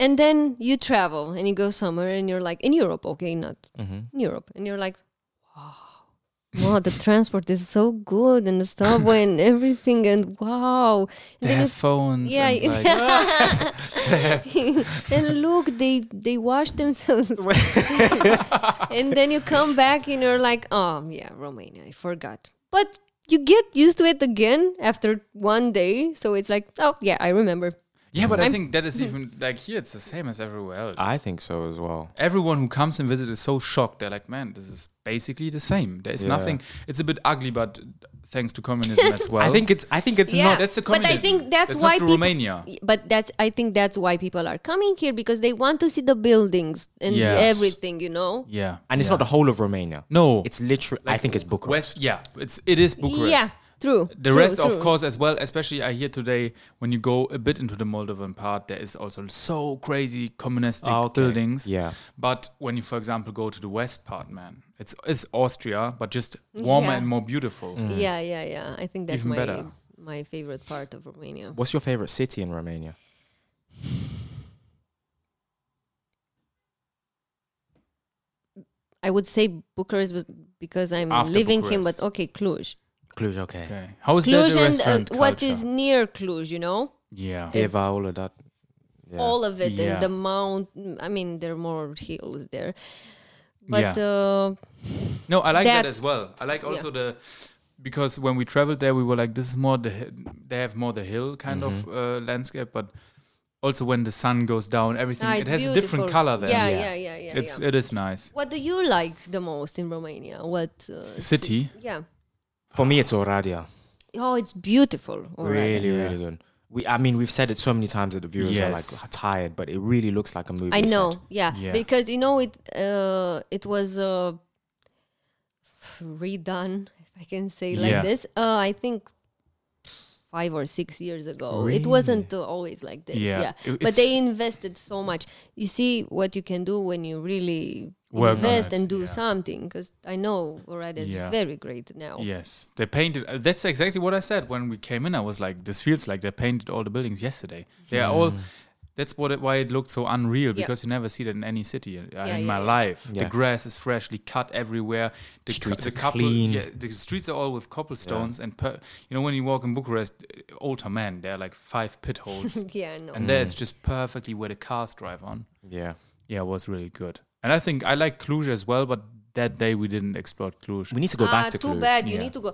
[SPEAKER 2] And then you travel
[SPEAKER 3] Mm-hmm.
[SPEAKER 2] and you go somewhere and you're like, in Europe, okay, not in Europe. And you're like, wow, wow, the transport is so good and the subway and everything, and wow. And
[SPEAKER 1] They
[SPEAKER 2] then you
[SPEAKER 1] have phones.
[SPEAKER 2] yeah,
[SPEAKER 1] and, like,
[SPEAKER 2] and look, they they wash themselves. and then you come back and you're like, oh yeah, Romania, I forgot. But you get used to it again after one day, so it's like, oh yeah, I remember.
[SPEAKER 1] yeah, but i
[SPEAKER 2] I'm-
[SPEAKER 1] think that is even like here. It's the same as everywhere else.
[SPEAKER 3] I think so as well.
[SPEAKER 1] Everyone who comes and visits is so shocked. They're like, man, this is basically the same. There is
[SPEAKER 3] Yeah.
[SPEAKER 1] nothing. It's a bit ugly, but thanks to communism as well.
[SPEAKER 3] I think it's. I think it's
[SPEAKER 2] yeah,
[SPEAKER 3] not.
[SPEAKER 1] that's the
[SPEAKER 2] but I
[SPEAKER 1] communism.
[SPEAKER 2] think that's,
[SPEAKER 1] That's
[SPEAKER 2] why
[SPEAKER 1] not the
[SPEAKER 2] people,
[SPEAKER 1] Romania.
[SPEAKER 2] But that's I think that's why people are coming here because they want to see the buildings and
[SPEAKER 1] Yes.
[SPEAKER 2] everything, you know.
[SPEAKER 1] Yeah,
[SPEAKER 3] And it's
[SPEAKER 1] yeah.
[SPEAKER 3] not the whole of Romania.
[SPEAKER 1] No,
[SPEAKER 3] It's literally. I think it's Bucharest.
[SPEAKER 1] West. Yeah, it's it is Bucharest.
[SPEAKER 2] Yeah, true.
[SPEAKER 1] The
[SPEAKER 2] true,
[SPEAKER 1] rest, of
[SPEAKER 2] true.
[SPEAKER 1] course, as well, especially I hear today when you go a bit into the Moldovan part, there is also so crazy communistic
[SPEAKER 3] Ah, okay.
[SPEAKER 1] buildings.
[SPEAKER 3] Yeah.
[SPEAKER 1] But when you, for example, go to the west part, man, it's it's Austria, but just warmer
[SPEAKER 2] Yeah.
[SPEAKER 1] and more beautiful.
[SPEAKER 3] Mm.
[SPEAKER 2] Yeah, yeah, yeah. I think that's
[SPEAKER 1] Even
[SPEAKER 2] my
[SPEAKER 1] better.
[SPEAKER 2] my favorite part of Romania.
[SPEAKER 3] What's your favorite city in Romania?
[SPEAKER 2] I would say Bucharest was- because I'm
[SPEAKER 1] After
[SPEAKER 2] leaving him, but
[SPEAKER 1] Bucharest.
[SPEAKER 2] okay, Cluj.
[SPEAKER 3] Cluj, okay.
[SPEAKER 1] Okay. How is that
[SPEAKER 2] Cluj
[SPEAKER 1] the
[SPEAKER 2] and
[SPEAKER 1] restaurant
[SPEAKER 2] uh, what
[SPEAKER 1] culture?
[SPEAKER 2] is near Cluj, you know?
[SPEAKER 1] yeah.
[SPEAKER 2] Eh,
[SPEAKER 3] Eva, all of that. Yeah.
[SPEAKER 2] All of it
[SPEAKER 1] Yeah.
[SPEAKER 2] and the mount. I mean, there are more hills there. But
[SPEAKER 1] Yeah.
[SPEAKER 2] uh,
[SPEAKER 1] No, I like that,
[SPEAKER 2] That-
[SPEAKER 1] as well. I like also the because when we traveled there, we were like, this is more the hi- they have more the hill kind of uh, landscape, but also when the sun goes down, everything
[SPEAKER 2] ah,
[SPEAKER 1] it
[SPEAKER 2] it's
[SPEAKER 1] has a different
[SPEAKER 2] beautiful.
[SPEAKER 1] color there.
[SPEAKER 2] Yeah,
[SPEAKER 3] Yeah.
[SPEAKER 2] yeah, yeah, yeah.
[SPEAKER 1] It's
[SPEAKER 2] yeah.
[SPEAKER 1] it is nice.
[SPEAKER 2] what do you like the most in Romania? What? Uh,
[SPEAKER 1] City.
[SPEAKER 2] yeah.
[SPEAKER 3] For me, it's Oradea.
[SPEAKER 2] Oh, it's beautiful. already.
[SPEAKER 3] Really,
[SPEAKER 1] Yeah.
[SPEAKER 3] really good. We, I mean, we've said it so many times that the viewers are
[SPEAKER 1] Yes.
[SPEAKER 3] like tired, but it really looks like a movie.
[SPEAKER 2] I
[SPEAKER 3] set.
[SPEAKER 2] know, yeah.
[SPEAKER 1] Yeah.
[SPEAKER 2] because you know it. Uh, it was uh, redone, if I can say
[SPEAKER 1] Yeah.
[SPEAKER 2] like this. Uh, I think five or six years ago. It wasn't uh, always like this.
[SPEAKER 1] Yeah.
[SPEAKER 2] Yeah,
[SPEAKER 1] It-
[SPEAKER 2] but they invested so much. You see what you can do when you really
[SPEAKER 1] Work on
[SPEAKER 2] invest
[SPEAKER 1] it,
[SPEAKER 2] and do
[SPEAKER 1] yeah.
[SPEAKER 2] something. Because I know already it's
[SPEAKER 1] Yeah.
[SPEAKER 2] very great now.
[SPEAKER 1] Yes, they painted. uh, That's exactly what I said when we came in. I was like, "This feels like they painted all the buildings yesterday." They are all. That's what it, why it looked so unreal
[SPEAKER 2] Yeah.
[SPEAKER 1] because you never see that in any city uh,
[SPEAKER 2] Yeah,
[SPEAKER 1] in
[SPEAKER 2] yeah,
[SPEAKER 1] my
[SPEAKER 2] yeah.
[SPEAKER 1] life.
[SPEAKER 3] Yeah.
[SPEAKER 1] The grass is freshly cut everywhere. The cou-
[SPEAKER 3] Streets
[SPEAKER 1] the
[SPEAKER 3] are clean.
[SPEAKER 1] Yeah, the streets are all with cobblestones and per, you know when you walk in Bucharest, uh, older men there are like five pit holes,
[SPEAKER 2] yeah, no.
[SPEAKER 1] and there it's just perfectly where the cars drive on.
[SPEAKER 3] Yeah.
[SPEAKER 1] Yeah, it was really good. And I think I like Cluj as well, but that day we didn't explore Cluj.
[SPEAKER 3] We need to go
[SPEAKER 2] Ah,
[SPEAKER 3] back to
[SPEAKER 2] too
[SPEAKER 3] Cluj.
[SPEAKER 2] bad. You
[SPEAKER 1] Yeah.
[SPEAKER 2] need to go.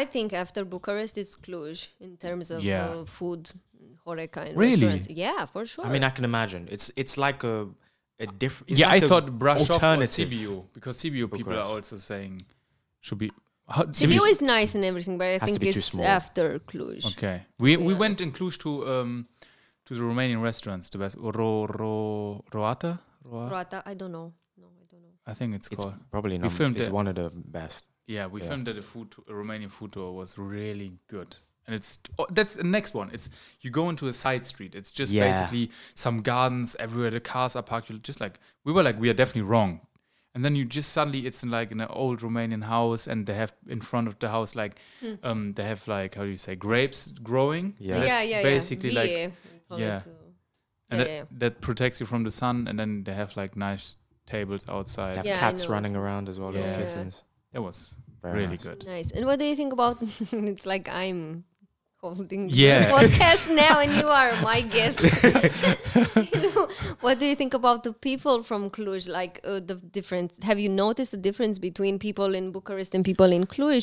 [SPEAKER 2] I think after Bucharest, it's Cluj in terms of
[SPEAKER 1] Yeah.
[SPEAKER 2] uh, food, Horeca, and
[SPEAKER 1] Really?
[SPEAKER 2] restaurants. Yeah, for sure.
[SPEAKER 3] I mean, I can imagine. It's it's like a a different.
[SPEAKER 1] yeah,
[SPEAKER 3] like
[SPEAKER 1] I
[SPEAKER 3] a
[SPEAKER 1] thought brush off or
[SPEAKER 3] alternative.
[SPEAKER 1] CBU because CBU people are
[SPEAKER 3] Bucharest.
[SPEAKER 1] also saying should be how,
[SPEAKER 2] Sibiu is nice and everything, but I
[SPEAKER 3] to
[SPEAKER 2] think
[SPEAKER 3] be too
[SPEAKER 2] it's
[SPEAKER 3] small.
[SPEAKER 2] after Cluj.
[SPEAKER 1] okay. We we
[SPEAKER 2] Yeah,
[SPEAKER 1] went in Cluj to um to the Romanian restaurants, the best Ro Ro Roata. Roa,
[SPEAKER 2] Prata, I don't know. No, I don't know.
[SPEAKER 1] I think it's,
[SPEAKER 3] It's
[SPEAKER 1] called.
[SPEAKER 3] probably not.
[SPEAKER 1] filmed
[SPEAKER 3] It's
[SPEAKER 1] it.
[SPEAKER 3] one of the best.
[SPEAKER 1] Yeah, we
[SPEAKER 3] yeah.
[SPEAKER 1] filmed that a food t- a Romanian food tour was really good. And it's oh, that's the next one. It's you go into a side street. It's just
[SPEAKER 3] Yeah.
[SPEAKER 1] basically some gardens everywhere. The cars are parked. You're just like we were like we are definitely wrong. And then you just suddenly it's in like in an old Romanian house, and they have in front of the house like
[SPEAKER 2] Hmm.
[SPEAKER 1] um they have like how do you say grapes growing.
[SPEAKER 3] Yeah.
[SPEAKER 1] That's
[SPEAKER 2] yeah, yeah,
[SPEAKER 1] Basically
[SPEAKER 2] yeah.
[SPEAKER 1] like
[SPEAKER 2] Vie, we call
[SPEAKER 1] yeah.
[SPEAKER 2] it, uh,
[SPEAKER 1] and
[SPEAKER 2] yeah,
[SPEAKER 1] that,
[SPEAKER 2] yeah.
[SPEAKER 1] that protects you from the sun. And then they have like nice tables outside.
[SPEAKER 3] They have
[SPEAKER 2] Yeah, I
[SPEAKER 3] cats
[SPEAKER 2] know.
[SPEAKER 3] running around as well,
[SPEAKER 1] Yeah.
[SPEAKER 3] little
[SPEAKER 1] Yeah.
[SPEAKER 3] kittens.
[SPEAKER 1] That was
[SPEAKER 3] Very
[SPEAKER 1] really
[SPEAKER 3] nice.
[SPEAKER 1] good.
[SPEAKER 2] Nice. And what do you think about? it's like I'm holding
[SPEAKER 1] Yeah.
[SPEAKER 2] the podcast now, and you are my guest. You know, what do you think about the people from Cluj? Like uh, the difference? Have you noticed the difference between people in Bucharest and people in Cluj?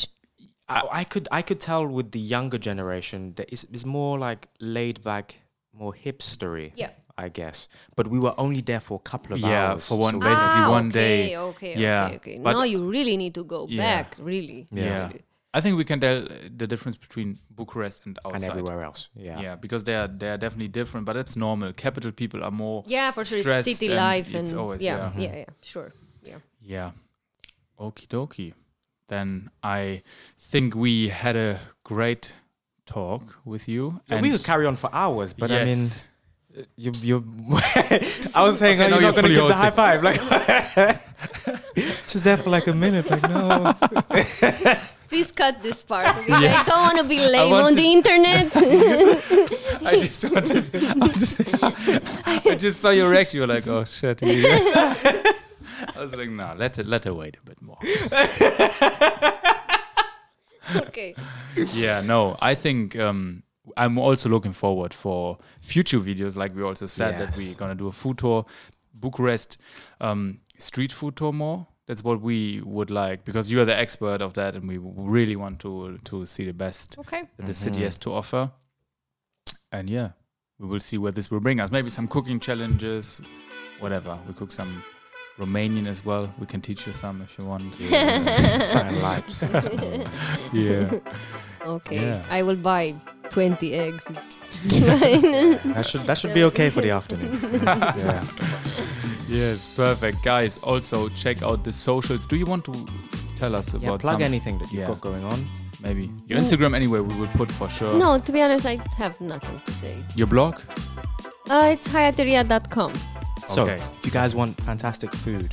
[SPEAKER 3] I, I could I could tell with the younger generation that it's, it's more like laid back, more hipstery.
[SPEAKER 2] Yeah.
[SPEAKER 3] I guess. But we were only there for a couple of
[SPEAKER 1] Yeah,
[SPEAKER 3] hours.
[SPEAKER 1] for one
[SPEAKER 3] so-
[SPEAKER 1] ba- Basically
[SPEAKER 2] ah,
[SPEAKER 1] one
[SPEAKER 2] okay,
[SPEAKER 1] day.
[SPEAKER 2] Okay,
[SPEAKER 1] Yeah,
[SPEAKER 2] okay, okay.
[SPEAKER 1] but-
[SPEAKER 2] Now you really need to go
[SPEAKER 1] Yeah.
[SPEAKER 2] back. Really.
[SPEAKER 1] Yeah.
[SPEAKER 2] Really.
[SPEAKER 1] I think we can tell uh, the difference between Bucharest and
[SPEAKER 3] and
[SPEAKER 1] outside.
[SPEAKER 3] everywhere else. Yeah.
[SPEAKER 1] Yeah, because they are they are definitely different, but that's normal. Capital people are more
[SPEAKER 2] Yeah, for sure. It's
[SPEAKER 1] stressed
[SPEAKER 2] city
[SPEAKER 1] and
[SPEAKER 2] life and
[SPEAKER 1] it's always-
[SPEAKER 2] yeah,
[SPEAKER 1] yeah.
[SPEAKER 2] yeah, yeah, Sure. Yeah.
[SPEAKER 1] yeah. Okie dokie. Then I think we had a great talk with you.
[SPEAKER 3] And we could carry on for hours, but
[SPEAKER 1] Yes.
[SPEAKER 3] I mean, you you. I was saying,
[SPEAKER 1] Okay, now
[SPEAKER 3] oh, you're
[SPEAKER 1] you're
[SPEAKER 3] not going to
[SPEAKER 1] fully
[SPEAKER 3] give the high
[SPEAKER 1] hosted.
[SPEAKER 3] five. Like, she's there for like a minute. Like, no.
[SPEAKER 2] Please cut this part. because I don't want to be lame
[SPEAKER 1] want
[SPEAKER 2] on
[SPEAKER 1] to-
[SPEAKER 2] the internet.
[SPEAKER 1] I just wanted. I just, I just saw your reaction. You were like, "Oh shit!" I was like, no, let her, let her wait a bit more.
[SPEAKER 2] okay.
[SPEAKER 1] yeah, no, I think um, I'm also looking forward for future videos. Like we also said that
[SPEAKER 3] Yes.
[SPEAKER 1] we're gonna do a food tour, Bucharest um, street food tour more. That's what we would like because you are the expert of that, and we really want to to see the best
[SPEAKER 2] Okay.
[SPEAKER 1] that the city has to offer. And yeah, we will see where this will bring us. Maybe some cooking challenges, whatever. We cook some Romanian as well. We can teach you some if you want.
[SPEAKER 3] Sign lives.
[SPEAKER 1] yeah.
[SPEAKER 2] Okay.
[SPEAKER 1] Yeah.
[SPEAKER 2] I will buy 20 eggs. It's
[SPEAKER 3] That should that should be okay for the afternoon. yeah.
[SPEAKER 1] Yes, perfect, guys. Also, check out the socials. Do you want to tell us
[SPEAKER 3] yeah
[SPEAKER 1] about
[SPEAKER 3] plug
[SPEAKER 1] some-
[SPEAKER 3] anything that you've
[SPEAKER 1] Yeah.
[SPEAKER 3] got going on.
[SPEAKER 1] Maybe your Instagram, anyway. We will put for sure.
[SPEAKER 2] no, to be honest, I have nothing to say.
[SPEAKER 1] Your blog.
[SPEAKER 2] Uh, it's hayateria.com.
[SPEAKER 3] So,
[SPEAKER 1] Okay.
[SPEAKER 3] if you guys want fantastic food,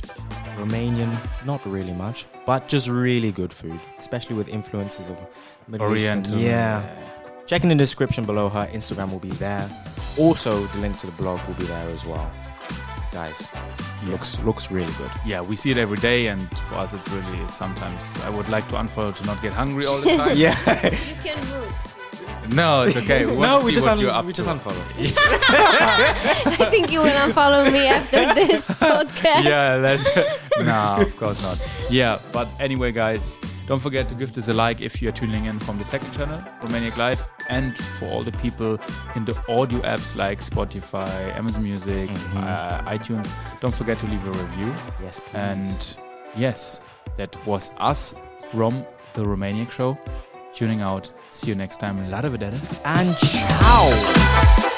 [SPEAKER 3] Romanian, not really much, but just really good food, especially with influences of Middle
[SPEAKER 1] Oriental.
[SPEAKER 3] Eastern. Yeah. Check in the description below. Her Instagram will be there. Also, the link to the blog will be there as well. Guys, looks looks really good.
[SPEAKER 1] Yeah, we see it every day, and for us, it's really sometimes. I would like to unfollow to not get hungry all the time.
[SPEAKER 3] Yeah.
[SPEAKER 2] You can root.
[SPEAKER 1] No, it's okay. We want
[SPEAKER 3] no,
[SPEAKER 1] to
[SPEAKER 3] we
[SPEAKER 1] see
[SPEAKER 3] just
[SPEAKER 1] what
[SPEAKER 3] un-
[SPEAKER 1] you're up
[SPEAKER 3] we just
[SPEAKER 1] to.
[SPEAKER 3] unfollow.
[SPEAKER 2] I think you will unfollow me after this podcast.
[SPEAKER 1] yeah, that's no, of course not. Yeah, but anyway, guys, don't forget to give this a like if you're tuning in from the second channel, Romaniac Live, and for all the people in the audio apps like Spotify, Amazon Music, uh, iTunes. Don't forget to leave a review.
[SPEAKER 3] yes. please.
[SPEAKER 1] And yes, that was us from the Romaniac Show. Tuning out. See you next time. La da da da.
[SPEAKER 3] and ciao.